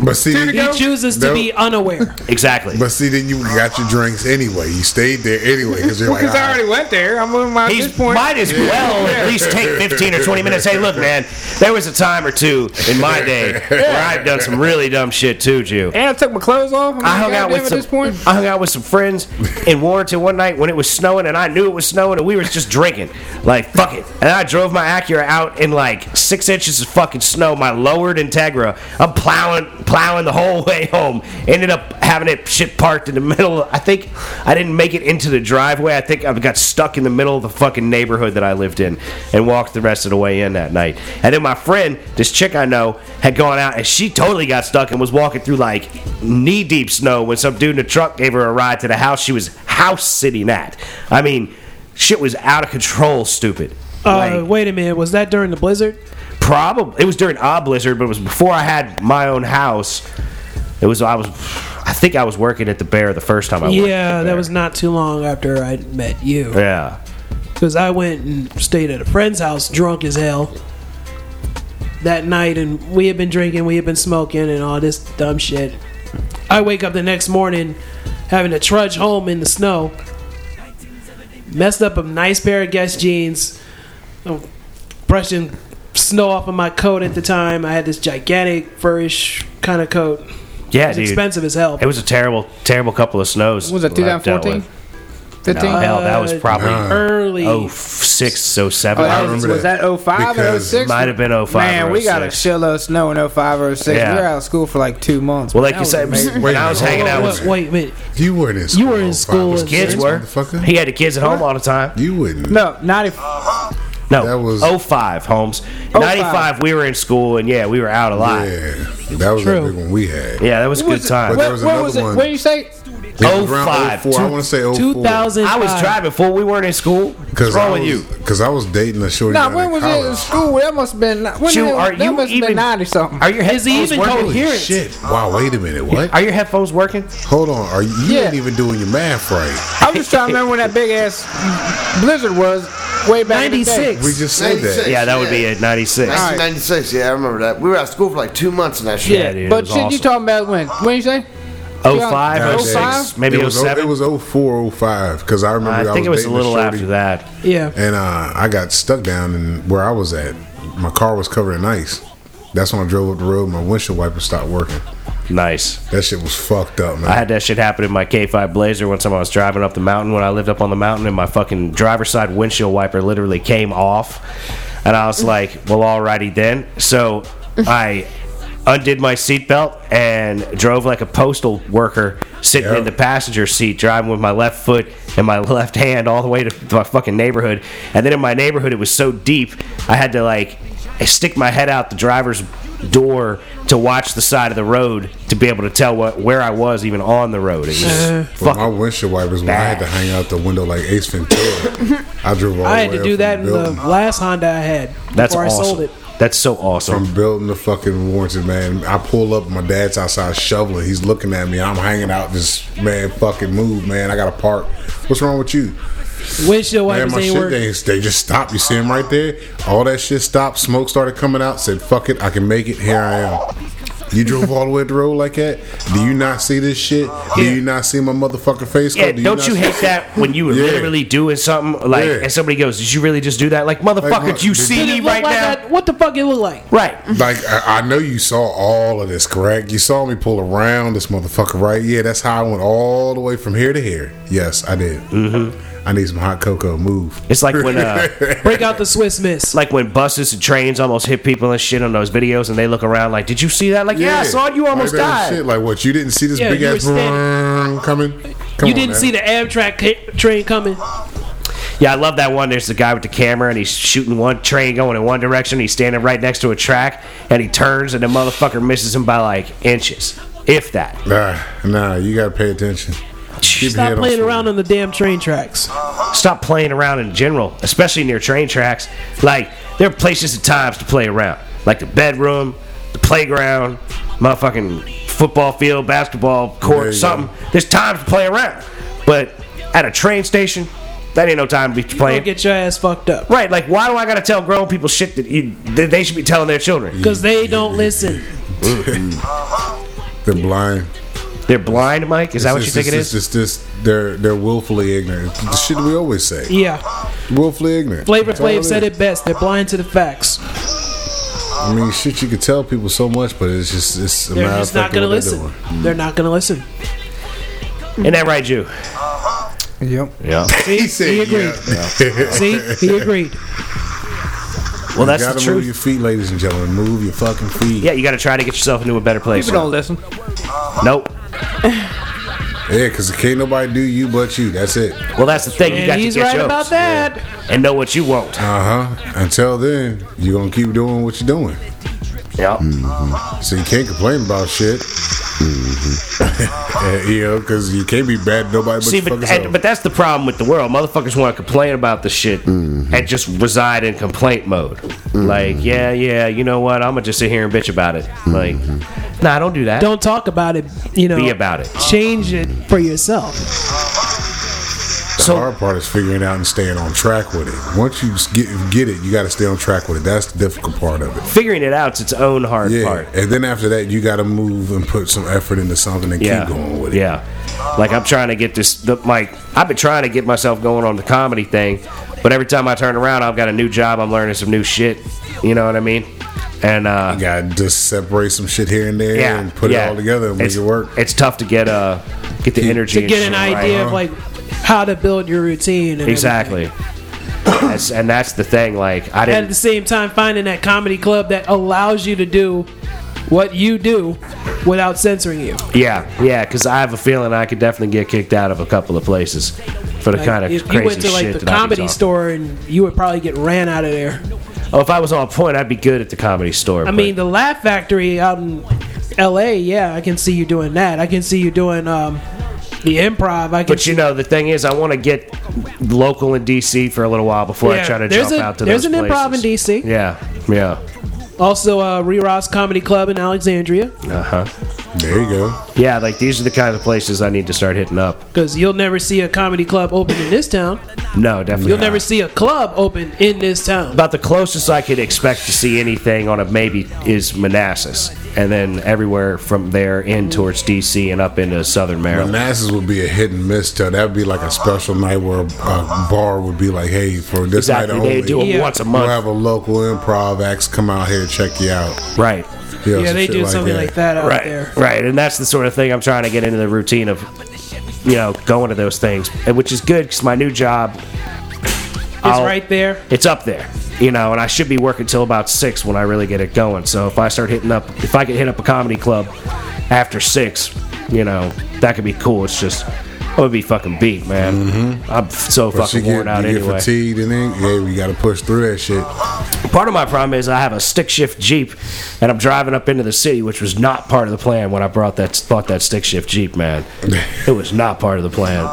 [SPEAKER 3] But see,
[SPEAKER 6] Dude,
[SPEAKER 2] He chooses to
[SPEAKER 3] Nope.
[SPEAKER 2] be unaware.
[SPEAKER 1] exactly.
[SPEAKER 3] But see, then you got your drinks anyway. You stayed there anyway because you're
[SPEAKER 6] because
[SPEAKER 3] like, "Ah,
[SPEAKER 6] I already went there. I'm on my at
[SPEAKER 1] He's
[SPEAKER 6] this point.
[SPEAKER 1] might as well at least take 15 or 20 minutes. Hey, look, man, there was a time or two in my day where I've done some really dumb shit too, Jew.
[SPEAKER 6] and I took my clothes off. I'm
[SPEAKER 1] I hung
[SPEAKER 6] like,
[SPEAKER 1] out
[SPEAKER 6] goddamn,
[SPEAKER 1] with
[SPEAKER 6] at
[SPEAKER 1] some
[SPEAKER 6] this point.
[SPEAKER 1] I hung out with some friends in Warrenton one night when it was snowing and I knew it was snowing and we was just drinking. Like fuck it. And I drove my Acura out in like six inches of fucking snow, my lowered Integra. I'm plowing plowing the whole way home. Ended up having it shit parked in the middle. I think I didn't make it into the driveway. I think I got stuck in the middle of the fucking neighborhood that I lived in and walked the rest of the way in that night. And then my friend, this chick I know, had gone out and she totally got stuck and was walking through like knee deep snow when some dude in a truck gave her a ride to the house she was house sitting at. I mean, shit was out of control, stupid.
[SPEAKER 2] Uh,
[SPEAKER 1] Like-
[SPEAKER 2] wait a minute. Was that during the blizzard?
[SPEAKER 1] Probably it was during a blizzard, but it was before I had my own house. It was I was I think I was working at the bear the first time I worked. at
[SPEAKER 2] Yeah,
[SPEAKER 1] the
[SPEAKER 2] that
[SPEAKER 1] Bear.
[SPEAKER 2] was not too long after I met you.
[SPEAKER 1] Yeah.
[SPEAKER 2] Because I went and stayed at a friend's house drunk as hell that night, and we had been drinking, we had been smoking, and all this dumb shit. I wake up the next morning having to trudge home in the snow. Messed up a nice pair of Guess jeans, I'm brushing snow off of my coat at the time. I had this gigantic furish kind of coat.
[SPEAKER 1] Yeah,
[SPEAKER 2] It's
[SPEAKER 1] dude.
[SPEAKER 2] expensive as hell.
[SPEAKER 1] It was a terrible, terrible couple of snows.
[SPEAKER 6] Was it
[SPEAKER 1] that I've dealt
[SPEAKER 6] 2014?
[SPEAKER 1] with.
[SPEAKER 6] 15?
[SPEAKER 1] No, hell, that was
[SPEAKER 2] Uh,
[SPEAKER 1] probably
[SPEAKER 2] Early.
[SPEAKER 1] oh six, so
[SPEAKER 6] Oh,
[SPEAKER 1] seven.
[SPEAKER 6] that
[SPEAKER 1] I
[SPEAKER 6] was,
[SPEAKER 3] remember
[SPEAKER 6] was
[SPEAKER 3] that.
[SPEAKER 6] that 05 or
[SPEAKER 3] Because
[SPEAKER 6] 06?
[SPEAKER 1] might have been 05
[SPEAKER 6] Man,
[SPEAKER 1] or
[SPEAKER 6] we got a
[SPEAKER 1] 06.
[SPEAKER 6] shitload of snow in 05 or 06. We
[SPEAKER 1] Yeah.
[SPEAKER 6] were out of school for like two months.
[SPEAKER 1] well, like you
[SPEAKER 6] That
[SPEAKER 1] said,
[SPEAKER 6] was amazing.
[SPEAKER 1] when I was
[SPEAKER 3] Wait,
[SPEAKER 1] hanging out with
[SPEAKER 2] Wait, wait a minute.
[SPEAKER 3] you weren't in school.
[SPEAKER 2] were in
[SPEAKER 3] on
[SPEAKER 2] school
[SPEAKER 3] five
[SPEAKER 2] in
[SPEAKER 3] days,
[SPEAKER 1] kids were,
[SPEAKER 3] motherfucker.
[SPEAKER 1] he had the kids at home all the time.
[SPEAKER 3] you wouldn't.
[SPEAKER 6] No, not if.
[SPEAKER 3] Oh,
[SPEAKER 1] No,
[SPEAKER 3] That was-
[SPEAKER 1] 05, Holmes.
[SPEAKER 6] Oh
[SPEAKER 1] 95, we were in school, and yeah, we were out a lot. Yeah,
[SPEAKER 3] Yeah, that was
[SPEAKER 2] True.
[SPEAKER 3] a big one we had.
[SPEAKER 1] that was a
[SPEAKER 6] what
[SPEAKER 1] good
[SPEAKER 6] was it-
[SPEAKER 1] time.
[SPEAKER 3] But there
[SPEAKER 6] What,
[SPEAKER 3] was
[SPEAKER 6] what
[SPEAKER 3] another
[SPEAKER 6] was it?
[SPEAKER 3] one.
[SPEAKER 6] What did you say?
[SPEAKER 1] Oh,
[SPEAKER 3] Around
[SPEAKER 1] five.
[SPEAKER 3] 04, I want to say 04.
[SPEAKER 2] 2005.
[SPEAKER 1] I was driving fool. We weren't in school. What's wrong with you?
[SPEAKER 3] Because I was dating a shorty.
[SPEAKER 6] Nah,
[SPEAKER 3] out
[SPEAKER 6] when
[SPEAKER 3] of
[SPEAKER 6] was it in
[SPEAKER 3] college.
[SPEAKER 6] school? That must have been. When
[SPEAKER 1] Jew,
[SPEAKER 6] the hell-
[SPEAKER 1] are
[SPEAKER 6] that
[SPEAKER 1] you
[SPEAKER 6] must have
[SPEAKER 1] even-
[SPEAKER 6] been ninety something.
[SPEAKER 1] Are your
[SPEAKER 2] Is he
[SPEAKER 1] headphones
[SPEAKER 2] even
[SPEAKER 1] working?
[SPEAKER 2] coherent?
[SPEAKER 3] Shit! Wow, wait a minute. What?
[SPEAKER 1] Are your headphones working?
[SPEAKER 3] Hold on. Are you, you
[SPEAKER 6] Yeah.
[SPEAKER 3] ain't even doing your math right?
[SPEAKER 6] I'm just trying to remember when that big ass blizzard was way back. in the day.
[SPEAKER 2] 96.
[SPEAKER 3] We just said that.
[SPEAKER 5] 96.
[SPEAKER 1] Yeah, that would be at 96.
[SPEAKER 5] 1996, yeah, I remember that. We were out of school for like two months in that shit.
[SPEAKER 1] Yeah, dude, it
[SPEAKER 6] but
[SPEAKER 1] was
[SPEAKER 6] shit, you
[SPEAKER 1] awesome.
[SPEAKER 6] talking about when? When you say?
[SPEAKER 1] 05,
[SPEAKER 3] God
[SPEAKER 1] 06,
[SPEAKER 6] damn.
[SPEAKER 1] maybe
[SPEAKER 3] it was, oh,
[SPEAKER 1] 07.
[SPEAKER 3] It was 04, 05, because I remember
[SPEAKER 1] I
[SPEAKER 3] I,
[SPEAKER 1] think it was
[SPEAKER 3] was
[SPEAKER 1] a
[SPEAKER 3] dating
[SPEAKER 1] little
[SPEAKER 3] shorty,
[SPEAKER 1] after that.
[SPEAKER 2] Yeah.
[SPEAKER 3] And uh, I got stuck down in where I was at. My car was covered in ice. That's when I drove up the road. My windshield wiper stopped working.
[SPEAKER 1] Nice.
[SPEAKER 3] That shit was fucked up, man.
[SPEAKER 1] I had that shit happen in my K5 Blazer one time I was driving up the mountain when I lived up on the mountain, and my fucking driver's side windshield wiper literally came off. And I was like, well, alrighty then. So I undid my seatbelt and drove like a postal worker sitting
[SPEAKER 3] Yeah.
[SPEAKER 1] in the passenger seat, driving with my left foot and my left hand all the way to my fucking neighborhood. And then in my neighborhood, it was so deep, I had to like stick my head out the driver's door to watch the side of the road to be able to tell what where I was even on the road. It was
[SPEAKER 3] But my
[SPEAKER 1] fucking
[SPEAKER 3] windshield wipers, when I had to
[SPEAKER 1] bad.
[SPEAKER 3] hang out the window like Ace Ventura, I drove all
[SPEAKER 2] I
[SPEAKER 3] the
[SPEAKER 2] had
[SPEAKER 3] way
[SPEAKER 2] to
[SPEAKER 3] up
[SPEAKER 2] do
[SPEAKER 3] from
[SPEAKER 2] that in the
[SPEAKER 3] building,
[SPEAKER 2] last Honda I had.
[SPEAKER 1] that's
[SPEAKER 2] before I sold
[SPEAKER 1] awesome.
[SPEAKER 2] it.
[SPEAKER 1] That's so awesome.
[SPEAKER 3] from building the fucking Warrington, man. I pull up, my dad's outside shoveling. He's looking at me. I'm hanging out. This man fucking move, man. I got to park. What's wrong with you?
[SPEAKER 2] Windshield
[SPEAKER 3] Man,
[SPEAKER 2] wipers
[SPEAKER 3] my
[SPEAKER 2] ain't
[SPEAKER 3] shit,
[SPEAKER 2] working.
[SPEAKER 3] they, they just stopped. You see him right there? All that shit stopped. Smoke started coming out. Said, fuck it, I can make it. Here I am. You drove all the way up the road like that? Do you not see this shit? Do you not see my motherfucking face?
[SPEAKER 1] Yeah,
[SPEAKER 3] Do
[SPEAKER 1] don't
[SPEAKER 3] not
[SPEAKER 1] you
[SPEAKER 3] see-
[SPEAKER 1] hate that when you were
[SPEAKER 3] Yeah.
[SPEAKER 1] literally doing something like,
[SPEAKER 3] Yeah.
[SPEAKER 1] and somebody goes, "Did you really just do that?" Like, motherfucker,
[SPEAKER 3] what?
[SPEAKER 1] do you
[SPEAKER 3] Did
[SPEAKER 1] see
[SPEAKER 2] Did it
[SPEAKER 1] me
[SPEAKER 2] look
[SPEAKER 1] right
[SPEAKER 2] like
[SPEAKER 1] now?
[SPEAKER 2] that? What the fuck it look like?
[SPEAKER 1] Right.
[SPEAKER 3] Like I, I know you saw all of this, correct? You saw me pull around this motherfucker, right? Yeah, that's how I went all the way from here to here. Yes, I did. Mm-hmm. I need some hot cocoa. Move.
[SPEAKER 1] It's like when uh,
[SPEAKER 2] Break out the Swiss Miss.
[SPEAKER 1] like when buses and trains almost hit people and shit on those videos, and they look around like, "Did you see that?" Like, yeah, I saw it. You
[SPEAKER 3] Like
[SPEAKER 1] almost
[SPEAKER 3] that
[SPEAKER 1] died.
[SPEAKER 3] Shit. Like what? You didn't see this
[SPEAKER 2] Yeah,
[SPEAKER 3] big
[SPEAKER 2] you
[SPEAKER 3] ass
[SPEAKER 2] were standing-
[SPEAKER 3] coming? Come
[SPEAKER 2] you
[SPEAKER 3] on,
[SPEAKER 2] didn't
[SPEAKER 3] man.
[SPEAKER 2] see the Amtrak ca- train coming.
[SPEAKER 1] Yeah, I love that one. There's the guy with the camera, and he's shooting one train going in one direction. He's standing right next to a track, and he turns, and the motherfucker misses him by like inches, if that.
[SPEAKER 3] Nah, nah. You gotta pay attention. Keep your head
[SPEAKER 2] Stop
[SPEAKER 3] on
[SPEAKER 2] playing
[SPEAKER 3] straight.
[SPEAKER 2] around on the damn train tracks.
[SPEAKER 1] Stop playing around in general, especially near train tracks. Like there are places and times to play around, like the bedroom, the playground, motherfucking football field, basketball
[SPEAKER 3] There
[SPEAKER 1] court,
[SPEAKER 3] you
[SPEAKER 1] something. There's times to play around, but at a train station, that ain't no time to be
[SPEAKER 2] Don't
[SPEAKER 1] playing.
[SPEAKER 2] get your ass fucked up.
[SPEAKER 1] Right, like why do I gotta tell grown people shit that, you, that they should be telling their children?
[SPEAKER 2] Because they don't listen.
[SPEAKER 3] They're blind.
[SPEAKER 1] They're blind, Mike. Is that what you think it
[SPEAKER 3] it's,
[SPEAKER 1] is?
[SPEAKER 3] It's just they're they're willfully ignorant. The shit we always say.
[SPEAKER 2] Yeah.
[SPEAKER 3] Willfully ignorant.
[SPEAKER 2] Flavor
[SPEAKER 3] That's all
[SPEAKER 2] Flav said
[SPEAKER 3] is.
[SPEAKER 2] it best. They're blind to the facts.
[SPEAKER 3] I mean, shit, you could tell people so much, but it's just it's a
[SPEAKER 2] They're
[SPEAKER 3] matter of
[SPEAKER 2] just not
[SPEAKER 3] fact
[SPEAKER 2] going to
[SPEAKER 3] of what they're
[SPEAKER 2] listen.
[SPEAKER 3] doing.
[SPEAKER 2] They're not going to listen.
[SPEAKER 1] Ain't that right, Jew?
[SPEAKER 6] Yep.
[SPEAKER 1] Yeah.
[SPEAKER 3] He said,
[SPEAKER 2] He agreed. See? He agreed.
[SPEAKER 1] Well, that's
[SPEAKER 3] you
[SPEAKER 1] the
[SPEAKER 3] gotta move
[SPEAKER 1] truth.
[SPEAKER 3] your feet, ladies and gentlemen. Move your fucking feet.
[SPEAKER 1] Yeah, you gotta try to get yourself into a better place.
[SPEAKER 6] People don't listen.
[SPEAKER 1] Nope.
[SPEAKER 3] Yeah, because can't nobody do you but you. That's it.
[SPEAKER 1] Well, that's the thing. You got
[SPEAKER 2] And
[SPEAKER 1] to
[SPEAKER 2] he's
[SPEAKER 1] get
[SPEAKER 2] right
[SPEAKER 1] yours
[SPEAKER 2] about that.
[SPEAKER 1] and know what you want.
[SPEAKER 3] Uh huh. Until then, you're gonna keep doing what you're doing.
[SPEAKER 1] Yeah.
[SPEAKER 3] Mm. So you can't complain about shit. Yeah, you know, because you can't be bad at nobody but
[SPEAKER 1] Mm-hmm. See,
[SPEAKER 3] your
[SPEAKER 1] but,
[SPEAKER 3] fucking
[SPEAKER 1] and,
[SPEAKER 3] self.
[SPEAKER 1] but that's the problem with the world. Motherfuckers want to complain about the shit
[SPEAKER 3] Mm-hmm.
[SPEAKER 1] and just reside in complaint mode. Like, yeah, yeah, you know what? I'm gonna just sit here and bitch about it.
[SPEAKER 3] Mm-hmm.
[SPEAKER 1] Like, nah, don't do that.
[SPEAKER 2] Don't talk about it. You know,
[SPEAKER 1] Be about it.
[SPEAKER 2] Change it for yourself.
[SPEAKER 3] The hard part is figuring out and staying on track with it. Once you s- get get it, you got to stay on track with it. That's the difficult part of it.
[SPEAKER 1] Figuring it out's its own hard
[SPEAKER 3] Yeah,
[SPEAKER 1] part.
[SPEAKER 3] and then after that, you got to move and put some effort into something and
[SPEAKER 1] Yeah.
[SPEAKER 3] keep going with it.
[SPEAKER 1] Yeah. Like I'm trying to get this. The, like I've been trying to get myself going on the comedy thing, but every time I turn around, I've got a new job. I'm learning some new shit. You know what I mean? And uh,
[SPEAKER 3] Got to just separate some shit here and there
[SPEAKER 1] yeah,
[SPEAKER 3] and put
[SPEAKER 1] yeah.
[SPEAKER 3] it all together and make
[SPEAKER 1] it's,
[SPEAKER 3] it work.
[SPEAKER 1] It's tough to get uh get the energy
[SPEAKER 2] To get
[SPEAKER 1] and
[SPEAKER 2] an
[SPEAKER 1] shit right.
[SPEAKER 2] idea
[SPEAKER 3] Uh-huh.
[SPEAKER 2] of like how to build your routine. And
[SPEAKER 1] Exactly. that's, and that's the thing. Like I
[SPEAKER 2] everything. At the
[SPEAKER 1] didn't.
[SPEAKER 2] same time, finding that comedy club that allows you to do what you do without censoring you.
[SPEAKER 1] Yeah, yeah. Because I have a feeling I could definitely get kicked out of a couple of places for the
[SPEAKER 2] Like,
[SPEAKER 1] kind of
[SPEAKER 2] if
[SPEAKER 1] crazy
[SPEAKER 2] you went to like
[SPEAKER 1] shit
[SPEAKER 2] the
[SPEAKER 1] that I be
[SPEAKER 2] comedy
[SPEAKER 1] talking.
[SPEAKER 2] store and you would probably get ran out of there.
[SPEAKER 1] Oh, if I was on point, I'd be good at the comedy store.
[SPEAKER 2] I mean, the Laugh Factory out in L.A. Yeah, I can see you doing that. I can see you doing um, the improv. I can
[SPEAKER 1] But you know, the thing is, I want to get local in DC for a little while before I
[SPEAKER 2] Yeah,
[SPEAKER 1] try to
[SPEAKER 2] there's
[SPEAKER 1] jump
[SPEAKER 2] a-
[SPEAKER 1] out to
[SPEAKER 2] there's
[SPEAKER 1] those
[SPEAKER 2] an improv in
[SPEAKER 1] places.
[SPEAKER 2] DC.
[SPEAKER 1] Yeah, yeah,
[SPEAKER 2] also uh, Re Ross Comedy Club in Alexandria
[SPEAKER 1] uh huh,
[SPEAKER 3] There you go.
[SPEAKER 1] yeah. Like these are the kind of places I need to start hitting up.
[SPEAKER 2] because you'll never see a comedy club open in this town.
[SPEAKER 1] No, definitely.
[SPEAKER 2] You'll
[SPEAKER 1] not.
[SPEAKER 2] never see a club open in this town.
[SPEAKER 1] About the closest I could expect to see anything on a maybe is Manassas, and then everywhere from there in towards DC and up into Southern Maryland.
[SPEAKER 3] Manassas would be a hit and miss too. That would be like a special night where a, a bar would be like, "Hey, for this
[SPEAKER 1] Exactly,
[SPEAKER 3] night
[SPEAKER 1] they
[SPEAKER 3] only,
[SPEAKER 1] do it
[SPEAKER 2] Yeah.
[SPEAKER 1] once a
[SPEAKER 3] we'll
[SPEAKER 1] month,
[SPEAKER 3] have a local improv acts come out here and check you out."
[SPEAKER 1] right?
[SPEAKER 3] You know,
[SPEAKER 2] yeah,
[SPEAKER 3] some
[SPEAKER 2] they
[SPEAKER 3] shit
[SPEAKER 2] do something like that out
[SPEAKER 1] right,
[SPEAKER 2] there.
[SPEAKER 1] right, and that's the sort of thing I'm trying to get into the routine of, you know, going to those things, and which is good because my new job
[SPEAKER 2] It's
[SPEAKER 1] I'll-
[SPEAKER 2] right there.
[SPEAKER 1] it's up there, you know, and I should be working till about six when I really get it going. So if I start hitting up, if I could hit up a comedy club after six, you know, that could be cool. It's just I would be fucking beat, man. I'm so
[SPEAKER 3] But Mm-hmm. you
[SPEAKER 1] fucking worn
[SPEAKER 3] get,
[SPEAKER 1] out
[SPEAKER 3] you get
[SPEAKER 1] anyway.
[SPEAKER 3] fatigued and then yeah, we got to push through that shit.
[SPEAKER 1] Part of my problem is I have a stick shift Jeep, and I'm driving up into the city, which was not part of the plan when I brought that bought that stick shift Jeep, man. it was not part of the plan.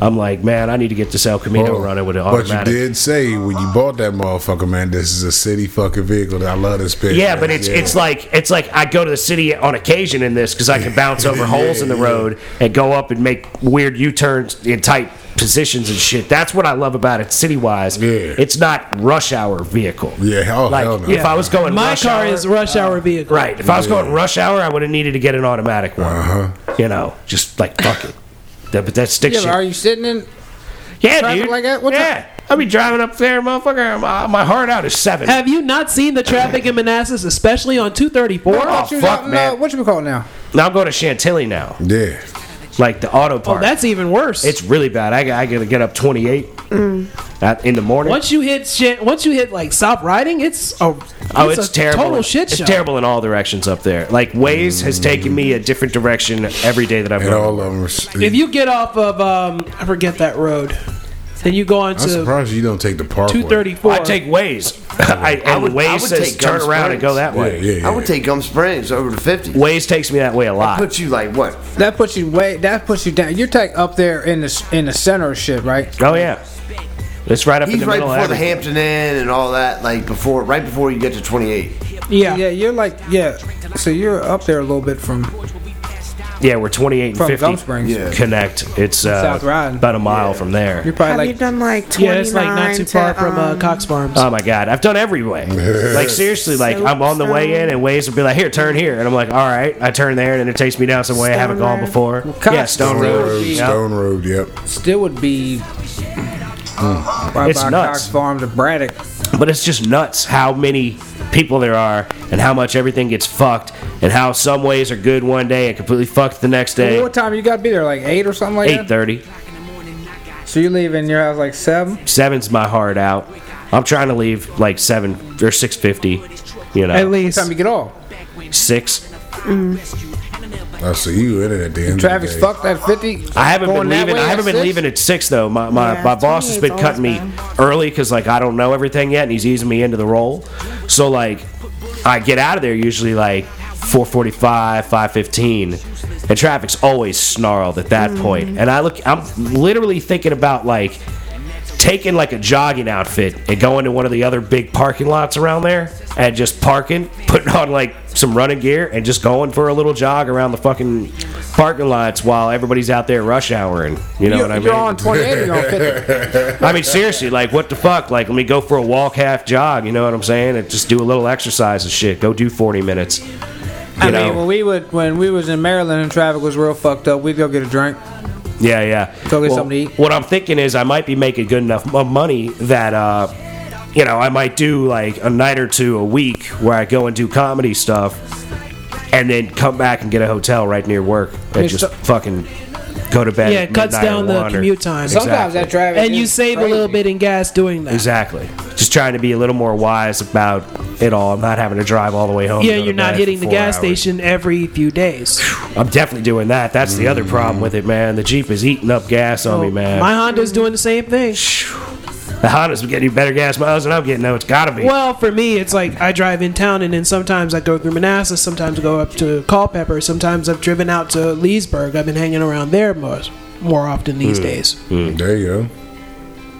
[SPEAKER 1] I'm like, man, I need to get this El Camino
[SPEAKER 3] Oh,
[SPEAKER 1] running with an
[SPEAKER 3] but you
[SPEAKER 1] automatic.
[SPEAKER 3] did say when you bought that motherfucker, man, this is a city fucking vehicle. I love this picture.
[SPEAKER 1] Yeah,
[SPEAKER 3] man.
[SPEAKER 1] but it's
[SPEAKER 3] Yeah.
[SPEAKER 1] it's like it's like I go to the city on occasion in this because I can bounce over
[SPEAKER 3] Yeah,
[SPEAKER 1] holes in the
[SPEAKER 3] yeah.
[SPEAKER 1] road and go up and make weird U turns in tight positions and shit. That's what I love about it, city wise.
[SPEAKER 3] Yeah.
[SPEAKER 1] it's not rush hour vehicle.
[SPEAKER 3] Yeah, oh,
[SPEAKER 1] like
[SPEAKER 3] hell no.
[SPEAKER 1] if I was going,
[SPEAKER 2] My
[SPEAKER 1] rush
[SPEAKER 2] car
[SPEAKER 1] hour- uh,
[SPEAKER 2] is rush hour vehicle.
[SPEAKER 1] right. If I was going rush hour, I would have needed to get an automatic one.
[SPEAKER 3] Uh-huh.
[SPEAKER 1] You know, just like fuck it. That, but that stick
[SPEAKER 6] Yeah,
[SPEAKER 1] shit.
[SPEAKER 6] but are you sitting in?
[SPEAKER 1] yeah,
[SPEAKER 6] driving
[SPEAKER 1] dude.
[SPEAKER 6] like that? What's
[SPEAKER 1] yeah, I be driving up there, motherfucker. My, my heart out is seven.
[SPEAKER 2] Have you not seen the traffic in Manassas, especially on 234?
[SPEAKER 1] Oh,
[SPEAKER 6] What you
[SPEAKER 1] fuck,
[SPEAKER 6] out in,
[SPEAKER 1] man.
[SPEAKER 6] uh, what you call it now?
[SPEAKER 1] Now I'm going to Chantilly now,
[SPEAKER 3] yeah.
[SPEAKER 1] like the auto
[SPEAKER 2] Oh,
[SPEAKER 1] park.
[SPEAKER 2] that's even worse.
[SPEAKER 1] It's really bad. I, got- I gotta get up 28 at, in the morning.
[SPEAKER 2] once you hit shit, once you hit like South Riding, it's a
[SPEAKER 1] Oh, it's,
[SPEAKER 2] a
[SPEAKER 1] terrible.
[SPEAKER 2] total shit
[SPEAKER 1] it's
[SPEAKER 2] show.
[SPEAKER 1] terrible in all directions up there. Like Waze has taken me a different direction every day that I've
[SPEAKER 3] And all
[SPEAKER 1] gone.
[SPEAKER 3] of them are.
[SPEAKER 2] If you get off of um, I forget that road, and you go on
[SPEAKER 3] I'm
[SPEAKER 2] to
[SPEAKER 3] surprised you don't take the park.
[SPEAKER 2] two thirty four,
[SPEAKER 1] I take Waze. I, and
[SPEAKER 5] would-
[SPEAKER 1] Waze
[SPEAKER 5] I would
[SPEAKER 1] says
[SPEAKER 5] take
[SPEAKER 1] turn
[SPEAKER 5] Gum
[SPEAKER 1] around and go that
[SPEAKER 3] Yeah,
[SPEAKER 1] way.
[SPEAKER 3] yeah, yeah.
[SPEAKER 5] I would take Gum Springs over to 50.
[SPEAKER 1] Waze takes me that way a lot.
[SPEAKER 5] Put you like what?
[SPEAKER 6] That puts you way. That puts you down. You're like up there in the s- in the center of shit, right?
[SPEAKER 1] Oh yeah, it's right up in
[SPEAKER 5] He's
[SPEAKER 1] the
[SPEAKER 5] right
[SPEAKER 1] middle
[SPEAKER 5] before
[SPEAKER 1] of
[SPEAKER 5] the
[SPEAKER 1] everything.
[SPEAKER 5] Hampton Inn and all that. Like before, right before you get to 28.
[SPEAKER 2] yeah.
[SPEAKER 6] Yeah, you're like yeah. So you're up there a little bit from
[SPEAKER 1] yeah, we're 28 and
[SPEAKER 6] From
[SPEAKER 1] 50.
[SPEAKER 6] Gum Springs.
[SPEAKER 5] Yeah.
[SPEAKER 1] Connect. It's uh,
[SPEAKER 6] South Ryan.
[SPEAKER 1] about a mile from there.
[SPEAKER 6] you're probably
[SPEAKER 4] Have
[SPEAKER 6] like
[SPEAKER 4] you done like 29
[SPEAKER 2] Yeah, it's like not too far
[SPEAKER 4] to,
[SPEAKER 2] from uh,
[SPEAKER 4] um,
[SPEAKER 2] Cox Farms.
[SPEAKER 1] Oh my god, I've done every way. like seriously, like
[SPEAKER 4] So-
[SPEAKER 1] I'm on the way
[SPEAKER 4] so-
[SPEAKER 1] in and Waze will be like, "Here, turn here," and I'm like, "All right." I turn there and then it takes me down some way I haven't
[SPEAKER 4] Stone
[SPEAKER 1] gone
[SPEAKER 4] Road.
[SPEAKER 1] before.
[SPEAKER 6] Cox-
[SPEAKER 1] yeah, Stone
[SPEAKER 3] Stone
[SPEAKER 1] Road.
[SPEAKER 3] Road.
[SPEAKER 1] Yep.
[SPEAKER 3] Stone Road. Yep.
[SPEAKER 6] still would be right
[SPEAKER 1] It's
[SPEAKER 6] by
[SPEAKER 1] nuts.
[SPEAKER 6] Cox Farm to Braddock.
[SPEAKER 1] But it's just nuts how many people there are and how much everything gets fucked and how some ways are good one day and completely fucked the next day.
[SPEAKER 6] What time you got to be there? Like eight or something like
[SPEAKER 1] Eight
[SPEAKER 6] that.
[SPEAKER 1] thirty.
[SPEAKER 6] So you leaving your house like seven.
[SPEAKER 1] Seven's my heart out. I'm trying to leave like seven or six fifty. You know,
[SPEAKER 2] At
[SPEAKER 6] What
[SPEAKER 2] least
[SPEAKER 6] time you get off?
[SPEAKER 1] six.
[SPEAKER 3] I see you in it at the end.
[SPEAKER 6] Traffic's
[SPEAKER 3] of the day.
[SPEAKER 6] fucked at fifty.
[SPEAKER 1] I haven't been
[SPEAKER 6] Going that
[SPEAKER 1] leaving.
[SPEAKER 6] way
[SPEAKER 1] I
[SPEAKER 6] at
[SPEAKER 1] haven't been
[SPEAKER 6] six?
[SPEAKER 1] leaving at six though. My my,
[SPEAKER 4] Yeah,
[SPEAKER 1] my boss has
[SPEAKER 4] 28 's
[SPEAKER 1] been cutting me
[SPEAKER 4] always
[SPEAKER 1] early because like I don't know everything yet, and he's easing me into the role. So like, I get out of there usually like four forty five, five fifteen, and traffic's always snarled at that point. And I look, I'm literally thinking about like taking like a jogging outfit and going to one of the other big parking lots around there and just parking, putting on like some running gear and just going for a little jog around the fucking parking lots while everybody's out there rush houring. You know
[SPEAKER 6] You,
[SPEAKER 1] what I mean?
[SPEAKER 6] you're on twenty eight. You're on fifty.
[SPEAKER 1] I mean, seriously, like, what the fuck? Like, let me go for a walk, half jog, you know what I'm saying? And just do a little exercise and shit. Go do 40 minutes. You
[SPEAKER 6] I
[SPEAKER 1] know?
[SPEAKER 6] mean, when we would when we was in Maryland and traffic was real fucked up, we'd go get a drink.
[SPEAKER 1] Yeah, yeah.
[SPEAKER 6] Go get something to eat.
[SPEAKER 1] What I'm thinking is I might be making good enough mo- money that uh, you know I might do like a night or two a week where I go and do comedy stuff, and then come back and get a hotel right near work and
[SPEAKER 6] It's
[SPEAKER 1] just
[SPEAKER 6] so-
[SPEAKER 1] fucking go to bed.
[SPEAKER 2] Yeah,
[SPEAKER 1] at
[SPEAKER 2] it cuts
[SPEAKER 1] midnight or
[SPEAKER 2] down the
[SPEAKER 1] one or-
[SPEAKER 2] commute time.
[SPEAKER 6] Sometimes that traffic
[SPEAKER 2] and you
[SPEAKER 6] is
[SPEAKER 2] save a
[SPEAKER 6] crazy.
[SPEAKER 2] little bit in gas doing that.
[SPEAKER 1] Exactly. Just trying to be a little more wise about it all. I'm not having to drive all the way home. to
[SPEAKER 2] Yeah,
[SPEAKER 1] go to
[SPEAKER 2] you're
[SPEAKER 1] bed
[SPEAKER 2] not
[SPEAKER 1] for
[SPEAKER 2] hitting the
[SPEAKER 1] four
[SPEAKER 2] gas
[SPEAKER 1] hours.
[SPEAKER 2] station every few days.
[SPEAKER 1] I'm definitely doing that. That's the
[SPEAKER 2] Oh,
[SPEAKER 1] other problem with it, man. The Jeep is eating up gas on me, man.
[SPEAKER 2] My Honda's doing the same thing.
[SPEAKER 1] The Honda's getting better gas miles than I'm getting. though. it's gotta be.
[SPEAKER 2] Well, for me, it's like I drive in town, and then sometimes I go through Manassas, sometimes I go up to Culpeper, sometimes I've driven out to Leesburg. I've been hanging around there more, more often
[SPEAKER 1] Hmm.
[SPEAKER 2] these days. 'Cause days
[SPEAKER 3] There you go.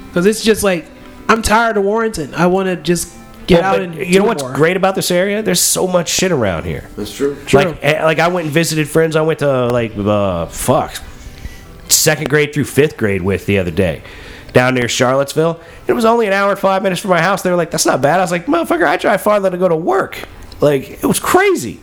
[SPEAKER 2] because it's just like I'm tired of Warrington. I want to just get
[SPEAKER 1] Well,
[SPEAKER 2] out
[SPEAKER 1] but
[SPEAKER 2] and
[SPEAKER 1] you know
[SPEAKER 2] do
[SPEAKER 1] what's
[SPEAKER 2] more.
[SPEAKER 1] great about this area? There's so much shit around here.
[SPEAKER 5] That's true.
[SPEAKER 1] Like, eh, like I went and visited friends. I went to like uh, fuck, second grade through fifth grade with the other day, down near Charlottesville. It was only an hour and five minutes from my house. They were like, "That's not bad." I was like, "Motherfucker, I drive farther to go to work." Like it was crazy.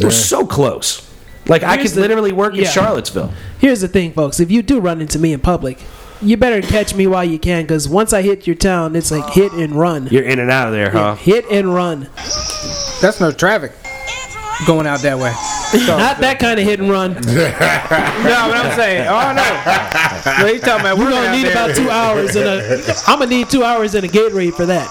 [SPEAKER 1] We're so close. Like I
[SPEAKER 2] Here's
[SPEAKER 1] could
[SPEAKER 2] the-
[SPEAKER 1] literally work in
[SPEAKER 2] yeah.
[SPEAKER 1] Charlottesville.
[SPEAKER 2] Here's the thing, folks. If you do run into me in public, you better catch me while you can, because once I hit your town, it's like hit and run.
[SPEAKER 1] You're in and out of there, huh?
[SPEAKER 2] Hit and run.
[SPEAKER 6] That's no traffic going out that way. So,
[SPEAKER 2] Not that kind of hit and run.
[SPEAKER 6] no, what I'm saying. Oh no. What you talking about? We're
[SPEAKER 2] We're gonna need about two hours in a. I'm gonna need two hours in a Gatorade for that.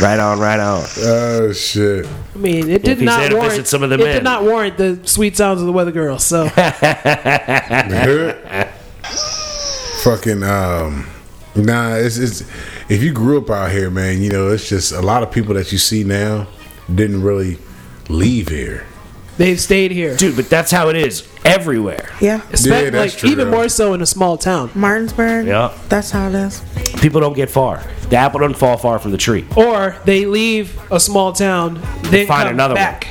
[SPEAKER 1] Right on, right on.
[SPEAKER 3] Oh shit.
[SPEAKER 2] I mean, it
[SPEAKER 1] he's
[SPEAKER 2] did
[SPEAKER 1] there
[SPEAKER 2] not
[SPEAKER 1] to
[SPEAKER 2] warrant
[SPEAKER 1] visit some of the
[SPEAKER 2] it
[SPEAKER 1] men.
[SPEAKER 2] did not warrant the sweet sounds of the Weather Girls. So
[SPEAKER 3] Fucking um nah, it's it's if you grew up out here, man, you know, it's just a lot of people that you see now didn't really leave here.
[SPEAKER 2] they've stayed here,
[SPEAKER 1] Dude, but that's how it is everywhere.
[SPEAKER 4] Yeah.
[SPEAKER 2] Expect-
[SPEAKER 3] Yeah, that's
[SPEAKER 2] like
[SPEAKER 3] true,
[SPEAKER 2] even
[SPEAKER 3] though.
[SPEAKER 2] more so in a small town
[SPEAKER 4] Martinsburg.
[SPEAKER 1] Yeah.
[SPEAKER 4] That's how it is.
[SPEAKER 1] People don't get far. The apple doesn't fall far from the tree.
[SPEAKER 2] or they leave a small town, then
[SPEAKER 1] Find
[SPEAKER 2] come
[SPEAKER 1] another one.
[SPEAKER 2] back.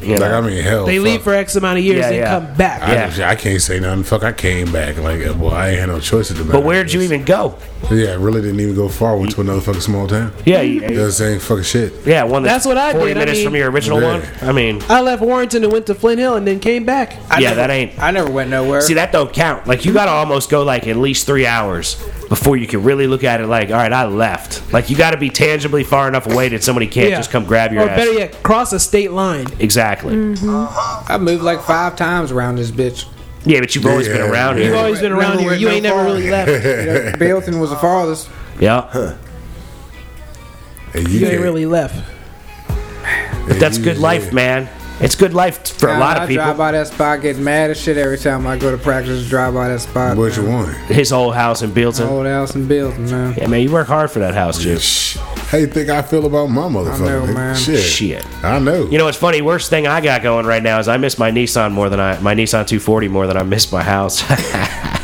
[SPEAKER 1] You know?
[SPEAKER 3] Like I mean hell.
[SPEAKER 2] They
[SPEAKER 3] fuck.
[SPEAKER 2] leave for X amount of years,
[SPEAKER 1] Yeah,
[SPEAKER 2] then
[SPEAKER 1] yeah.
[SPEAKER 2] come back.
[SPEAKER 3] I,
[SPEAKER 1] Yeah.
[SPEAKER 3] just- I can't say nothing. Fuck, I came back. Like, uh, well, I ain't had no choice at the
[SPEAKER 1] but where'd you even go?
[SPEAKER 3] Yeah, I really didn't even go far. Went to another fucking small town.
[SPEAKER 1] Yeah,
[SPEAKER 3] You know what
[SPEAKER 1] you-
[SPEAKER 3] I'm saying? Fucking shit.
[SPEAKER 1] yeah, one that's,
[SPEAKER 2] That's what I
[SPEAKER 1] 40
[SPEAKER 2] did, I
[SPEAKER 1] minutes
[SPEAKER 2] mean-
[SPEAKER 1] from your original
[SPEAKER 3] Yeah.
[SPEAKER 1] one. I mean,
[SPEAKER 2] I left Warrington and went to Flint Hill, and then came back.
[SPEAKER 1] yeah, that ain't.
[SPEAKER 6] I never went nowhere.
[SPEAKER 1] See, that don't count. Like you gotta almost go like at least three hours before you can really look at it. Like, all right, I left. Like you gotta be tangibly far enough away that somebody can't just come grab your
[SPEAKER 2] or
[SPEAKER 1] ass.
[SPEAKER 2] better yet, Mm. cross a state line.
[SPEAKER 1] exactly.
[SPEAKER 6] I moved like five times around this bitch.
[SPEAKER 1] Yeah, but you've always been
[SPEAKER 3] Yeah.
[SPEAKER 1] around
[SPEAKER 2] You've
[SPEAKER 1] here.
[SPEAKER 2] always been around
[SPEAKER 6] Never
[SPEAKER 2] here.
[SPEAKER 6] went
[SPEAKER 2] You
[SPEAKER 6] no
[SPEAKER 2] ain't never
[SPEAKER 6] far.
[SPEAKER 2] really left.
[SPEAKER 6] You know, Belton was the farthest.
[SPEAKER 1] Yeah,
[SPEAKER 3] And
[SPEAKER 2] You ain't
[SPEAKER 3] can't-
[SPEAKER 2] really left.
[SPEAKER 3] and
[SPEAKER 1] that's
[SPEAKER 3] you-
[SPEAKER 1] good life, man. It's good life t- for a
[SPEAKER 6] Now,
[SPEAKER 1] lot
[SPEAKER 6] I
[SPEAKER 1] of people.
[SPEAKER 6] drive by that spot, get mad as shit every time I go to practice. Drive by that spot.
[SPEAKER 3] What you
[SPEAKER 6] man.
[SPEAKER 3] want?
[SPEAKER 1] His whole house in Bealton.
[SPEAKER 2] Oh.
[SPEAKER 6] Old house and building, man.
[SPEAKER 1] Yeah, man, you work hard for that house, dude.
[SPEAKER 3] Shh. How you think I feel about my motherfucker?
[SPEAKER 6] know,
[SPEAKER 3] nigga?
[SPEAKER 6] man.
[SPEAKER 3] Shit.
[SPEAKER 1] Shit.
[SPEAKER 3] I know.
[SPEAKER 1] You know what's funny? Worst thing I got going right now is I miss my Nissan more than I my Nissan 240 more than I miss my house.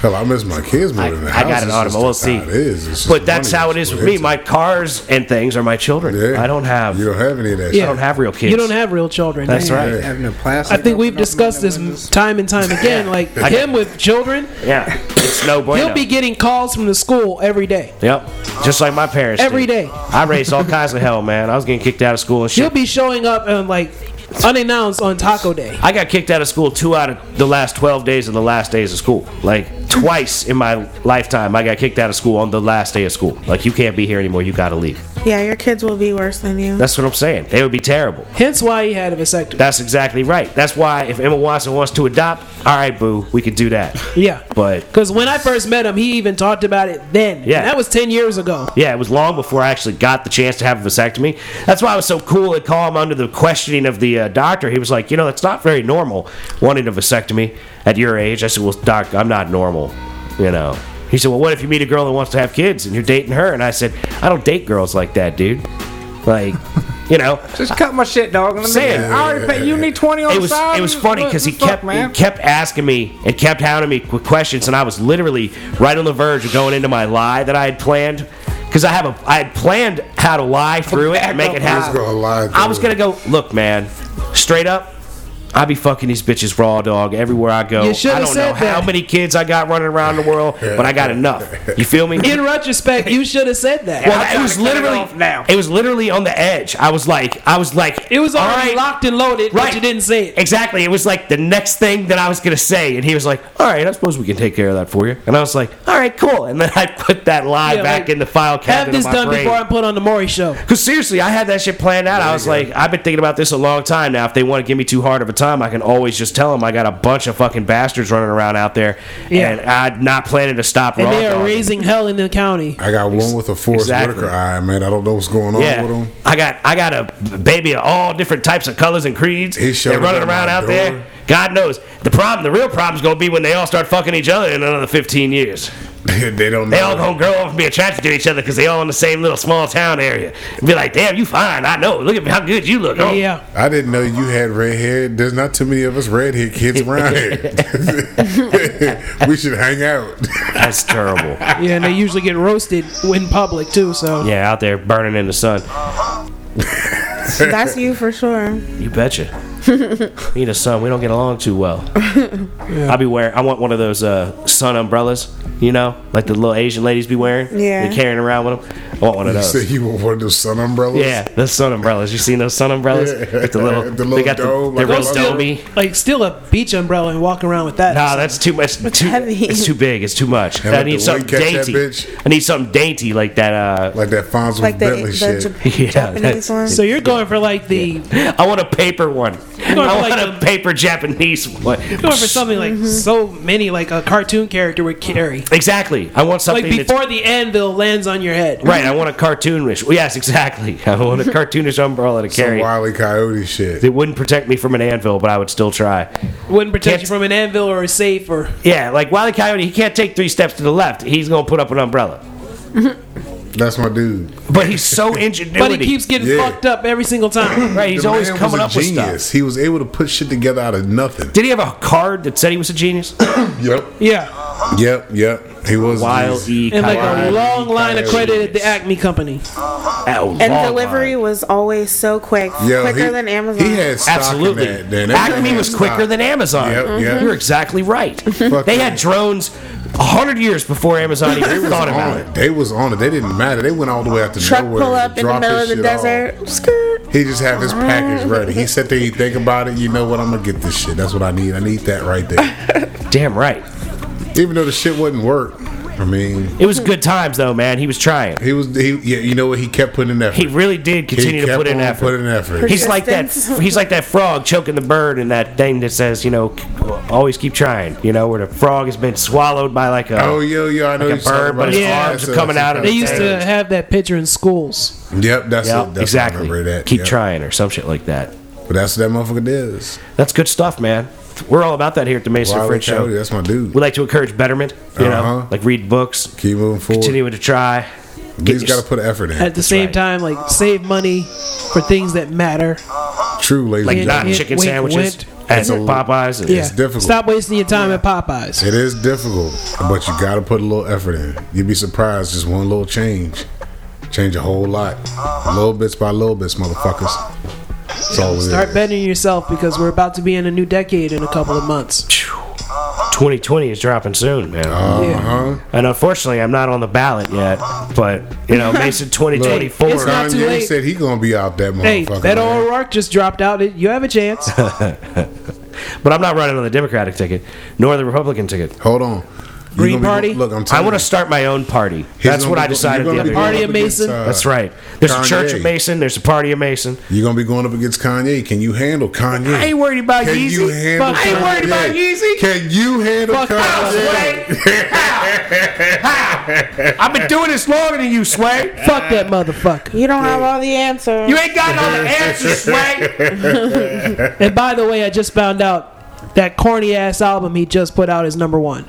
[SPEAKER 3] Hell, I miss my kids more than the
[SPEAKER 1] I got
[SPEAKER 3] house.
[SPEAKER 1] an
[SPEAKER 3] It's
[SPEAKER 1] automobile.
[SPEAKER 3] just
[SPEAKER 1] We'll
[SPEAKER 3] how
[SPEAKER 1] see.
[SPEAKER 3] It is. It's just
[SPEAKER 1] But that's
[SPEAKER 3] money.
[SPEAKER 1] how it is
[SPEAKER 3] It's
[SPEAKER 1] with me.
[SPEAKER 3] expensive.
[SPEAKER 1] My cars and things are my children.
[SPEAKER 3] Yeah.
[SPEAKER 1] I don't have.
[SPEAKER 3] You don't have any of that.
[SPEAKER 1] I
[SPEAKER 3] Yeah.
[SPEAKER 1] don't have real kids.
[SPEAKER 2] You don't have real children.
[SPEAKER 1] That's right.
[SPEAKER 6] Having a plastic.
[SPEAKER 2] I think we've
[SPEAKER 6] open up
[SPEAKER 2] discussed
[SPEAKER 6] my
[SPEAKER 2] this m-
[SPEAKER 6] windows.
[SPEAKER 2] time and time again. Like
[SPEAKER 1] I
[SPEAKER 2] him with children,
[SPEAKER 1] Yeah, it's no bueno.
[SPEAKER 2] he'll be getting calls from the school every day.
[SPEAKER 1] yep, just like my parents.
[SPEAKER 2] Every
[SPEAKER 1] did.
[SPEAKER 2] day.
[SPEAKER 1] I raised all kinds of hell, man. I was getting kicked out of school and
[SPEAKER 2] He'll
[SPEAKER 1] shit.
[SPEAKER 2] be showing up and like unannounced on Taco Day.
[SPEAKER 1] I got kicked out of school two out of the last twelve days of the last days of school. Like twice in my lifetime, I got kicked out of school on the last day of school. Like you can't be here anymore. You got to leave.
[SPEAKER 4] Yeah, your kids will be worse than you.
[SPEAKER 1] That's what I'm saying. They would be terrible.
[SPEAKER 2] Hence why he had a vasectomy.
[SPEAKER 1] That's exactly right. That's why if Emma Watson wants to adopt, all right, boo, we can do that.
[SPEAKER 2] Yeah.
[SPEAKER 1] But
[SPEAKER 2] Because when I first met him, he even talked about it then.
[SPEAKER 1] Yeah.
[SPEAKER 2] And that was 10 years ago.
[SPEAKER 1] Yeah, it was long before I actually got the chance to have a vasectomy. That's why I was so cool at Calm under the questioning of the uh, doctor. He was like, you know, that's not very normal wanting a vasectomy at your age. I said, well, doc, I'm not normal, you know. He said, well, what if you meet a girl that wants to have kids and you're dating her? And I said, I don't date girls like that, dude. Like, you know,
[SPEAKER 6] Just cut my shit, dog. Let me
[SPEAKER 1] Saying.
[SPEAKER 6] I already paid. You need twenty on
[SPEAKER 1] it
[SPEAKER 6] the
[SPEAKER 1] was
[SPEAKER 6] side.
[SPEAKER 1] it was funny
[SPEAKER 6] What
[SPEAKER 1] because he
[SPEAKER 6] the fuck,
[SPEAKER 1] kept
[SPEAKER 6] man.
[SPEAKER 1] he kept asking me and kept hounding me with questions, and I was literally right on the verge of going into my lie that I had planned. Because I have a, I had planned how to lie through it and make it
[SPEAKER 3] I was
[SPEAKER 1] happen.
[SPEAKER 3] gonna lie.
[SPEAKER 1] I was gonna go. Look, man, straight up, I be fucking these bitches raw dog everywhere I go.
[SPEAKER 2] You
[SPEAKER 1] I
[SPEAKER 2] should've
[SPEAKER 1] don't know
[SPEAKER 2] said
[SPEAKER 1] how
[SPEAKER 2] that.
[SPEAKER 1] many kids I got running around the world, but I got enough. You feel me?
[SPEAKER 2] In retrospect, you should have said that.
[SPEAKER 1] well,
[SPEAKER 6] I'm
[SPEAKER 1] it
[SPEAKER 6] trying
[SPEAKER 1] was
[SPEAKER 6] to cut it
[SPEAKER 1] literally
[SPEAKER 6] off now.
[SPEAKER 1] It was literally on the edge. I was like, I was like,
[SPEAKER 2] it was
[SPEAKER 1] all
[SPEAKER 2] already
[SPEAKER 1] right.
[SPEAKER 2] locked and loaded, but you didn't say it.
[SPEAKER 1] Exactly. It was like the next thing that I was gonna say, and he was like, "All right, I suppose we can take care of that for you." And I was like, "All right, cool." And then I put that lie
[SPEAKER 2] Yeah,
[SPEAKER 1] back
[SPEAKER 2] like,
[SPEAKER 1] in the file
[SPEAKER 2] Have
[SPEAKER 1] cabinet
[SPEAKER 2] this
[SPEAKER 1] of my
[SPEAKER 2] done
[SPEAKER 1] brain.
[SPEAKER 2] before I'm put on the Maury show.
[SPEAKER 1] Cause seriously, I had that shit planned out. I was like, I've been thinking about this a long time now. If they want to give me too hard of a time, I can always just tell them I got a bunch of fucking bastards running around out there,
[SPEAKER 2] Yeah.
[SPEAKER 1] and I'm not planning to stop.
[SPEAKER 2] and
[SPEAKER 1] raw
[SPEAKER 2] they are
[SPEAKER 1] dogging.
[SPEAKER 2] raising hell in the county.
[SPEAKER 3] I got one with a Forrest
[SPEAKER 1] Exactly.
[SPEAKER 3] Whitaker eye, man. I don't know what's going on with
[SPEAKER 1] Yeah,
[SPEAKER 3] him.
[SPEAKER 1] I got I got a baby of all different types of colors and creeds.
[SPEAKER 3] He showed
[SPEAKER 1] They're running
[SPEAKER 3] up at
[SPEAKER 1] around
[SPEAKER 3] my
[SPEAKER 1] out
[SPEAKER 3] door.
[SPEAKER 1] there. God knows the problem. The real problem's gonna be when they all start fucking each other in another 15 years.
[SPEAKER 3] they don't know.
[SPEAKER 1] They all gonna grow up and be attracted to each other because they all in the same little small town area. And be like, damn, you fine. I know. Look at how good you look. Oh,
[SPEAKER 2] Yeah.
[SPEAKER 3] I didn't know you had red hair. There's not too many of us red hair kids around here. we should hang out.
[SPEAKER 1] that's terrible.
[SPEAKER 2] Yeah, and they usually get roasted in public too. So
[SPEAKER 1] yeah, out there burning in the sun.
[SPEAKER 4] That's you for sure.
[SPEAKER 1] You betcha. Me and the sun, we don't get along too well. I'll be wearing. I want one of those uh, sun umbrellas. You know, like the little Asian ladies be wearing.
[SPEAKER 4] Yeah.
[SPEAKER 1] They're carrying around with them. I want one of
[SPEAKER 3] You
[SPEAKER 1] those.
[SPEAKER 3] said you want one of those sun umbrellas?
[SPEAKER 1] Yeah, those sun umbrellas. You seen those sun umbrellas?
[SPEAKER 3] Yeah.
[SPEAKER 1] With the little,
[SPEAKER 3] The
[SPEAKER 1] they
[SPEAKER 3] little
[SPEAKER 1] got
[SPEAKER 3] dome,
[SPEAKER 1] the,
[SPEAKER 3] like
[SPEAKER 1] they're
[SPEAKER 3] a
[SPEAKER 1] real
[SPEAKER 3] little-
[SPEAKER 1] domey.
[SPEAKER 2] like still a beach umbrella and walk around with that.
[SPEAKER 1] Nah, that's too much. Too,
[SPEAKER 4] heavy.
[SPEAKER 1] It's too big. It's too much.
[SPEAKER 3] And
[SPEAKER 1] I
[SPEAKER 3] let the
[SPEAKER 1] need
[SPEAKER 3] wind
[SPEAKER 1] something
[SPEAKER 3] catch that
[SPEAKER 1] dainty.
[SPEAKER 3] bitch.
[SPEAKER 1] I need something dainty like that. Uh,
[SPEAKER 3] Like that Fonz
[SPEAKER 4] Like the,
[SPEAKER 3] Bentley shit.
[SPEAKER 4] the Jap-
[SPEAKER 1] Yeah,
[SPEAKER 4] Japanese
[SPEAKER 1] that's-
[SPEAKER 4] one.
[SPEAKER 2] so you're going for like the
[SPEAKER 1] I want a paper one. I
[SPEAKER 2] going for
[SPEAKER 1] want
[SPEAKER 2] like
[SPEAKER 1] a paper Japanese one.
[SPEAKER 2] you're going for something like so many like a cartoon character would carry.
[SPEAKER 1] Exactly. I want something
[SPEAKER 2] Like
[SPEAKER 1] that's
[SPEAKER 2] before the anvil lands on your head.
[SPEAKER 1] Right, I want a cartoonish. Well, yes, exactly. I want a cartoonish umbrella to
[SPEAKER 3] Some
[SPEAKER 1] carry.
[SPEAKER 3] Wile E. Coyote shit.
[SPEAKER 1] It wouldn't protect me from an anvil, but I would still try.
[SPEAKER 2] Wouldn't protect you
[SPEAKER 1] Can't-
[SPEAKER 2] from an anvil or a safe or
[SPEAKER 1] Yeah, like Wile E. Coyote, he can't take three steps to the left. He's gonna put up an umbrella.
[SPEAKER 3] That's my dude.
[SPEAKER 1] But he's so ingenuity.
[SPEAKER 2] but he keeps getting
[SPEAKER 3] Yeah.
[SPEAKER 2] fucked up every single time.
[SPEAKER 1] right. He's
[SPEAKER 3] The
[SPEAKER 1] always
[SPEAKER 3] man
[SPEAKER 1] coming
[SPEAKER 3] was a
[SPEAKER 1] up with
[SPEAKER 3] genius.
[SPEAKER 1] stuff.
[SPEAKER 3] He was able to put shit together out of nothing.
[SPEAKER 1] Did he have a card that said he was a genius?
[SPEAKER 3] Yep.
[SPEAKER 2] yeah.
[SPEAKER 3] Yep. Yep. He was a
[SPEAKER 1] Wile
[SPEAKER 3] genius.
[SPEAKER 1] E.
[SPEAKER 2] And like
[SPEAKER 1] Coyote.
[SPEAKER 2] a long line of credit at the
[SPEAKER 1] Coyotes.
[SPEAKER 2] Acme Company.
[SPEAKER 1] Oh,
[SPEAKER 4] and
[SPEAKER 1] long
[SPEAKER 4] delivery
[SPEAKER 1] line.
[SPEAKER 4] was always so quick,
[SPEAKER 3] Yo,
[SPEAKER 4] quicker
[SPEAKER 3] he-
[SPEAKER 4] than Amazon.
[SPEAKER 3] He had stock
[SPEAKER 1] Absolutely.
[SPEAKER 3] in that. Then. That
[SPEAKER 1] Acme
[SPEAKER 3] man
[SPEAKER 1] was
[SPEAKER 3] had
[SPEAKER 1] quicker
[SPEAKER 3] stock.
[SPEAKER 1] than Amazon.
[SPEAKER 3] Yep, yep.
[SPEAKER 1] You're exactly right.
[SPEAKER 3] Fuck
[SPEAKER 1] they had
[SPEAKER 3] that.
[SPEAKER 1] drones hundred years before Amazon even thought about
[SPEAKER 3] on
[SPEAKER 1] it.
[SPEAKER 3] it. They was on it. They didn't matter. They went all the way out to
[SPEAKER 4] Truck
[SPEAKER 3] nowhere.
[SPEAKER 4] pull
[SPEAKER 3] to
[SPEAKER 4] up in the
[SPEAKER 3] drop
[SPEAKER 4] middle of
[SPEAKER 3] his
[SPEAKER 4] the
[SPEAKER 3] shit off.
[SPEAKER 4] desert. Skirt.
[SPEAKER 3] He just have his package ready. He sat there, he think about it. You know what? I'm gonna get this shit. That's what I need. I need that right there.
[SPEAKER 1] Damn right.
[SPEAKER 3] Even though the shit wouldn't work. I mean,
[SPEAKER 1] It was good times though, man. He was trying.
[SPEAKER 3] he was. He yeah. You know what? He kept putting in effort.
[SPEAKER 1] He really did
[SPEAKER 3] He
[SPEAKER 1] continue to
[SPEAKER 3] kept
[SPEAKER 1] put in
[SPEAKER 3] on
[SPEAKER 1] effort.
[SPEAKER 3] Putting in effort.
[SPEAKER 1] He's like that.
[SPEAKER 4] Persistence.
[SPEAKER 1] He's like that frog choking the bird, and that thing that says, you know, always keep trying. You know, where the frog has been swallowed by like a.
[SPEAKER 3] oh yo yo, I know
[SPEAKER 1] Like a
[SPEAKER 3] you're talking
[SPEAKER 1] bird,
[SPEAKER 3] about
[SPEAKER 1] but
[SPEAKER 3] it.
[SPEAKER 1] his
[SPEAKER 3] Yeah,
[SPEAKER 1] arms
[SPEAKER 3] that's
[SPEAKER 1] are
[SPEAKER 3] a-
[SPEAKER 1] coming
[SPEAKER 3] that's a-
[SPEAKER 1] out of
[SPEAKER 2] They
[SPEAKER 1] the
[SPEAKER 2] used to
[SPEAKER 1] Damn.
[SPEAKER 2] have that picture in schools.
[SPEAKER 3] Yep, that's
[SPEAKER 1] Yeah,
[SPEAKER 3] it. That's I
[SPEAKER 1] exactly.
[SPEAKER 3] remember that.
[SPEAKER 1] Keep
[SPEAKER 3] Yep.
[SPEAKER 1] trying, or some shit like that.
[SPEAKER 3] But that's what that motherfucker is.
[SPEAKER 1] That's good stuff, man. We're all about that here at the Mason
[SPEAKER 3] Wile E.
[SPEAKER 1] French
[SPEAKER 3] Coyote,
[SPEAKER 1] Show.
[SPEAKER 3] that's my dude.
[SPEAKER 1] We like to encourage betterment. You
[SPEAKER 3] Uh-huh.
[SPEAKER 1] know, like read books,
[SPEAKER 3] Keep moving forward.
[SPEAKER 1] continuing to try. Get
[SPEAKER 3] He's
[SPEAKER 1] your-
[SPEAKER 3] got to put effort in.
[SPEAKER 2] At the same
[SPEAKER 1] right.
[SPEAKER 2] time, like save money for things that matter.
[SPEAKER 3] True, ladies
[SPEAKER 1] like
[SPEAKER 3] and
[SPEAKER 1] not
[SPEAKER 3] gentlemen.
[SPEAKER 2] wink,
[SPEAKER 1] chicken
[SPEAKER 2] wink,
[SPEAKER 1] sandwiches
[SPEAKER 2] wink.
[SPEAKER 1] at Popeyes. and-
[SPEAKER 2] Yeah.
[SPEAKER 3] It's difficult.
[SPEAKER 2] Stop wasting your time at Popeyes.
[SPEAKER 3] It is difficult, but you got to put a little effort in. You'd be surprised, just one little change, change a whole lot, little bits by little bits, motherfuckers. That's all it is.
[SPEAKER 2] Start bettering yourself because we're about to be in a new decade in a couple of months.
[SPEAKER 1] 2020 is dropping soon, man.
[SPEAKER 3] Uh huh.
[SPEAKER 1] And unfortunately, I'm not on the ballot yet. But you know, Mason 2024.
[SPEAKER 2] It's not too
[SPEAKER 3] Kanye
[SPEAKER 2] late.
[SPEAKER 3] said he gonna be out that motherfucker.
[SPEAKER 2] Hey, that
[SPEAKER 3] man.
[SPEAKER 2] old Rock just dropped out. It- You have a chance.
[SPEAKER 1] But I'm not running on the Democratic ticket nor the Republican ticket.
[SPEAKER 3] Hold on. You
[SPEAKER 2] Green
[SPEAKER 3] gonna be-
[SPEAKER 2] Party?
[SPEAKER 3] look, I'm
[SPEAKER 1] I
[SPEAKER 3] telling
[SPEAKER 1] want to
[SPEAKER 3] you,
[SPEAKER 1] start my own party.
[SPEAKER 3] he's
[SPEAKER 1] That's
[SPEAKER 3] gonna
[SPEAKER 1] what
[SPEAKER 3] be
[SPEAKER 1] I
[SPEAKER 3] go-
[SPEAKER 1] decided
[SPEAKER 3] you're
[SPEAKER 1] the
[SPEAKER 3] gonna
[SPEAKER 1] other
[SPEAKER 3] be
[SPEAKER 1] day.
[SPEAKER 2] Party
[SPEAKER 3] going
[SPEAKER 2] of
[SPEAKER 3] up against,
[SPEAKER 2] Mason?
[SPEAKER 3] uh,
[SPEAKER 1] That's right. There's a Church of
[SPEAKER 3] Kanye.
[SPEAKER 1] Mason. There's a Party of Mason.
[SPEAKER 3] You're gonna be going up against Kanye. Can you handle Kanye?
[SPEAKER 1] I ain't worried about
[SPEAKER 3] Can you
[SPEAKER 1] Yeezy.
[SPEAKER 3] handle
[SPEAKER 1] Fuck, I ain't worried about Yeezy.
[SPEAKER 3] Can you handle
[SPEAKER 2] Fuck that,
[SPEAKER 3] Kanye?
[SPEAKER 1] I've been doing this longer than you, Sway.
[SPEAKER 2] Fuck that motherfucker.
[SPEAKER 4] You don't have all the answers.
[SPEAKER 1] You ain't got all the answers, Sway.
[SPEAKER 2] And by the way, I just found out that corny ass album he just put out is number one.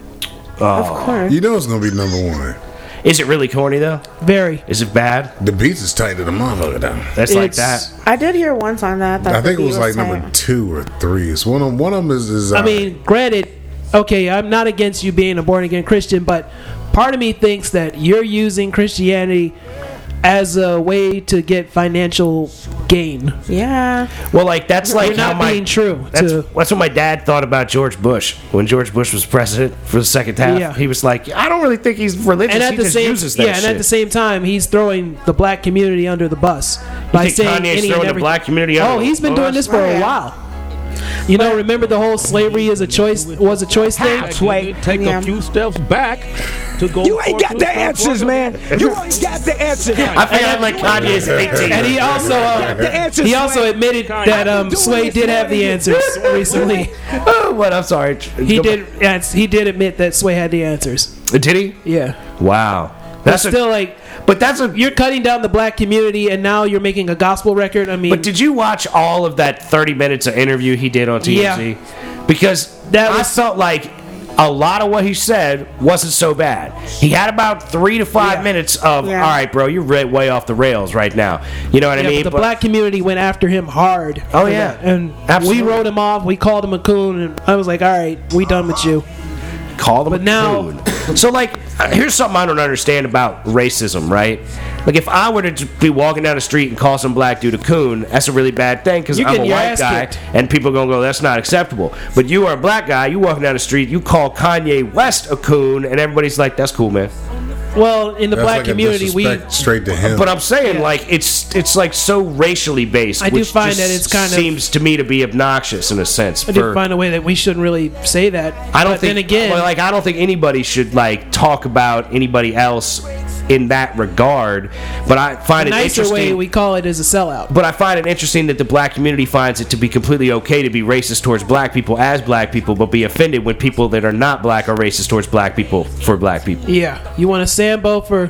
[SPEAKER 4] of course.
[SPEAKER 3] You know it's gonna be number one.
[SPEAKER 1] Is it really corny though?
[SPEAKER 2] Very.
[SPEAKER 1] Is it bad?
[SPEAKER 3] The beats is tight to the motherfucker down.
[SPEAKER 1] That's like
[SPEAKER 2] It's-
[SPEAKER 1] that.
[SPEAKER 4] I did hear once on that. that
[SPEAKER 3] I
[SPEAKER 4] the
[SPEAKER 3] think it was
[SPEAKER 4] beat
[SPEAKER 3] like
[SPEAKER 4] tight.
[SPEAKER 3] number two or three. It's one of one of them is, is uh,
[SPEAKER 2] I mean, granted, okay, I'm not against you being a born again Christian, but part of me thinks that you're using Christianity as a way to get financial gain.
[SPEAKER 4] Yeah.
[SPEAKER 1] Well, like that's like
[SPEAKER 2] You're not
[SPEAKER 1] how my,
[SPEAKER 2] being true
[SPEAKER 1] That's,
[SPEAKER 2] to-
[SPEAKER 1] that's what my dad thought about George Bush when George Bush was president for the second half.
[SPEAKER 2] Yeah.
[SPEAKER 1] He was like, I don't really think he's religious.
[SPEAKER 2] and
[SPEAKER 1] he
[SPEAKER 2] at the
[SPEAKER 1] just
[SPEAKER 2] same
[SPEAKER 1] uses that
[SPEAKER 2] yeah, and
[SPEAKER 1] shit.
[SPEAKER 2] at the same time, he's throwing the black community under the bus by
[SPEAKER 1] think Kanye's
[SPEAKER 2] saying any and
[SPEAKER 1] throwing the
[SPEAKER 2] everything.
[SPEAKER 1] black community under
[SPEAKER 2] Oh,
[SPEAKER 1] the
[SPEAKER 2] he's been doing
[SPEAKER 1] bus?
[SPEAKER 2] this for a
[SPEAKER 4] Right.
[SPEAKER 2] while. You know, remember the whole slavery is a choice was a choice thing.
[SPEAKER 7] halfway.
[SPEAKER 8] Take
[SPEAKER 4] Yeah.
[SPEAKER 8] a few steps back to go.
[SPEAKER 7] You ain't
[SPEAKER 8] forth
[SPEAKER 7] got
[SPEAKER 8] with
[SPEAKER 7] the
[SPEAKER 8] some
[SPEAKER 7] answers,
[SPEAKER 8] brother.
[SPEAKER 7] man. You ain't got the answers.
[SPEAKER 1] I feel like Kanye's 18.
[SPEAKER 2] And he also
[SPEAKER 7] The
[SPEAKER 2] uh,
[SPEAKER 7] answers.
[SPEAKER 2] he also admitted that um, Sway did have the answers recently.
[SPEAKER 1] oh, what? I'm sorry.
[SPEAKER 2] He did yes, he did admit that Sway had the answers.
[SPEAKER 1] Did he?
[SPEAKER 2] Yeah,
[SPEAKER 1] Wow.
[SPEAKER 2] that's
[SPEAKER 1] That's a-
[SPEAKER 2] still like
[SPEAKER 1] But that's a.
[SPEAKER 2] you're cutting down the black community, and now you're making a gospel record. I mean,
[SPEAKER 1] But did you watch all of that 30 minutes of interview he did on TMZ? Because
[SPEAKER 2] That
[SPEAKER 1] I
[SPEAKER 2] was-
[SPEAKER 1] felt like a lot of what he said wasn't so bad. He had about three to five
[SPEAKER 2] Yeah.
[SPEAKER 1] minutes of,
[SPEAKER 4] Yeah.
[SPEAKER 1] all right, bro, you're right, way off the rails right now. You know what
[SPEAKER 2] yeah,
[SPEAKER 1] I mean?
[SPEAKER 2] but the
[SPEAKER 1] But-
[SPEAKER 2] black community went after him hard.
[SPEAKER 1] Oh,
[SPEAKER 2] for
[SPEAKER 1] yeah.
[SPEAKER 2] that. and
[SPEAKER 1] Absolutely.
[SPEAKER 2] we wrote him off. We called him a coon, and I was like, all right, we done with you.
[SPEAKER 1] call them
[SPEAKER 2] But
[SPEAKER 1] a
[SPEAKER 2] now-
[SPEAKER 1] coon. so like uh, here's something i don't understand about racism right like if i were to j- be walking down the street and call some black dude a coon that's a really bad thing because
[SPEAKER 2] You
[SPEAKER 1] i'm a
[SPEAKER 2] get your
[SPEAKER 1] white
[SPEAKER 2] ass
[SPEAKER 1] guy
[SPEAKER 2] kicked.
[SPEAKER 1] and people are gonna go that's not acceptable but you are a black guy you walking down the street you call kanye west a coon and everybody's like that's cool man
[SPEAKER 2] Well, in the
[SPEAKER 3] That's
[SPEAKER 2] black
[SPEAKER 3] like a
[SPEAKER 2] community, we
[SPEAKER 3] disrespect straight to him.
[SPEAKER 1] but i'm saying like it's it's like so racially based
[SPEAKER 2] I do
[SPEAKER 1] which
[SPEAKER 2] find
[SPEAKER 1] just
[SPEAKER 2] that it's kind of-
[SPEAKER 1] seems to me to be obnoxious in a sense
[SPEAKER 2] I did find a way that we shouldn't really say that.
[SPEAKER 1] I don't
[SPEAKER 2] but
[SPEAKER 1] think
[SPEAKER 2] Then again,
[SPEAKER 1] well, like I don't think anybody should like talk about anybody else in that regard. But I find
[SPEAKER 2] the
[SPEAKER 1] it
[SPEAKER 2] nicer
[SPEAKER 1] interesting.
[SPEAKER 2] way we call it is a sellout.
[SPEAKER 1] but I find it interesting that the black community finds it to be completely okay to be racist towards black people as black people, but be offended when people that are not black are racist towards black people for black people.
[SPEAKER 2] Yeah, you want a Sambo for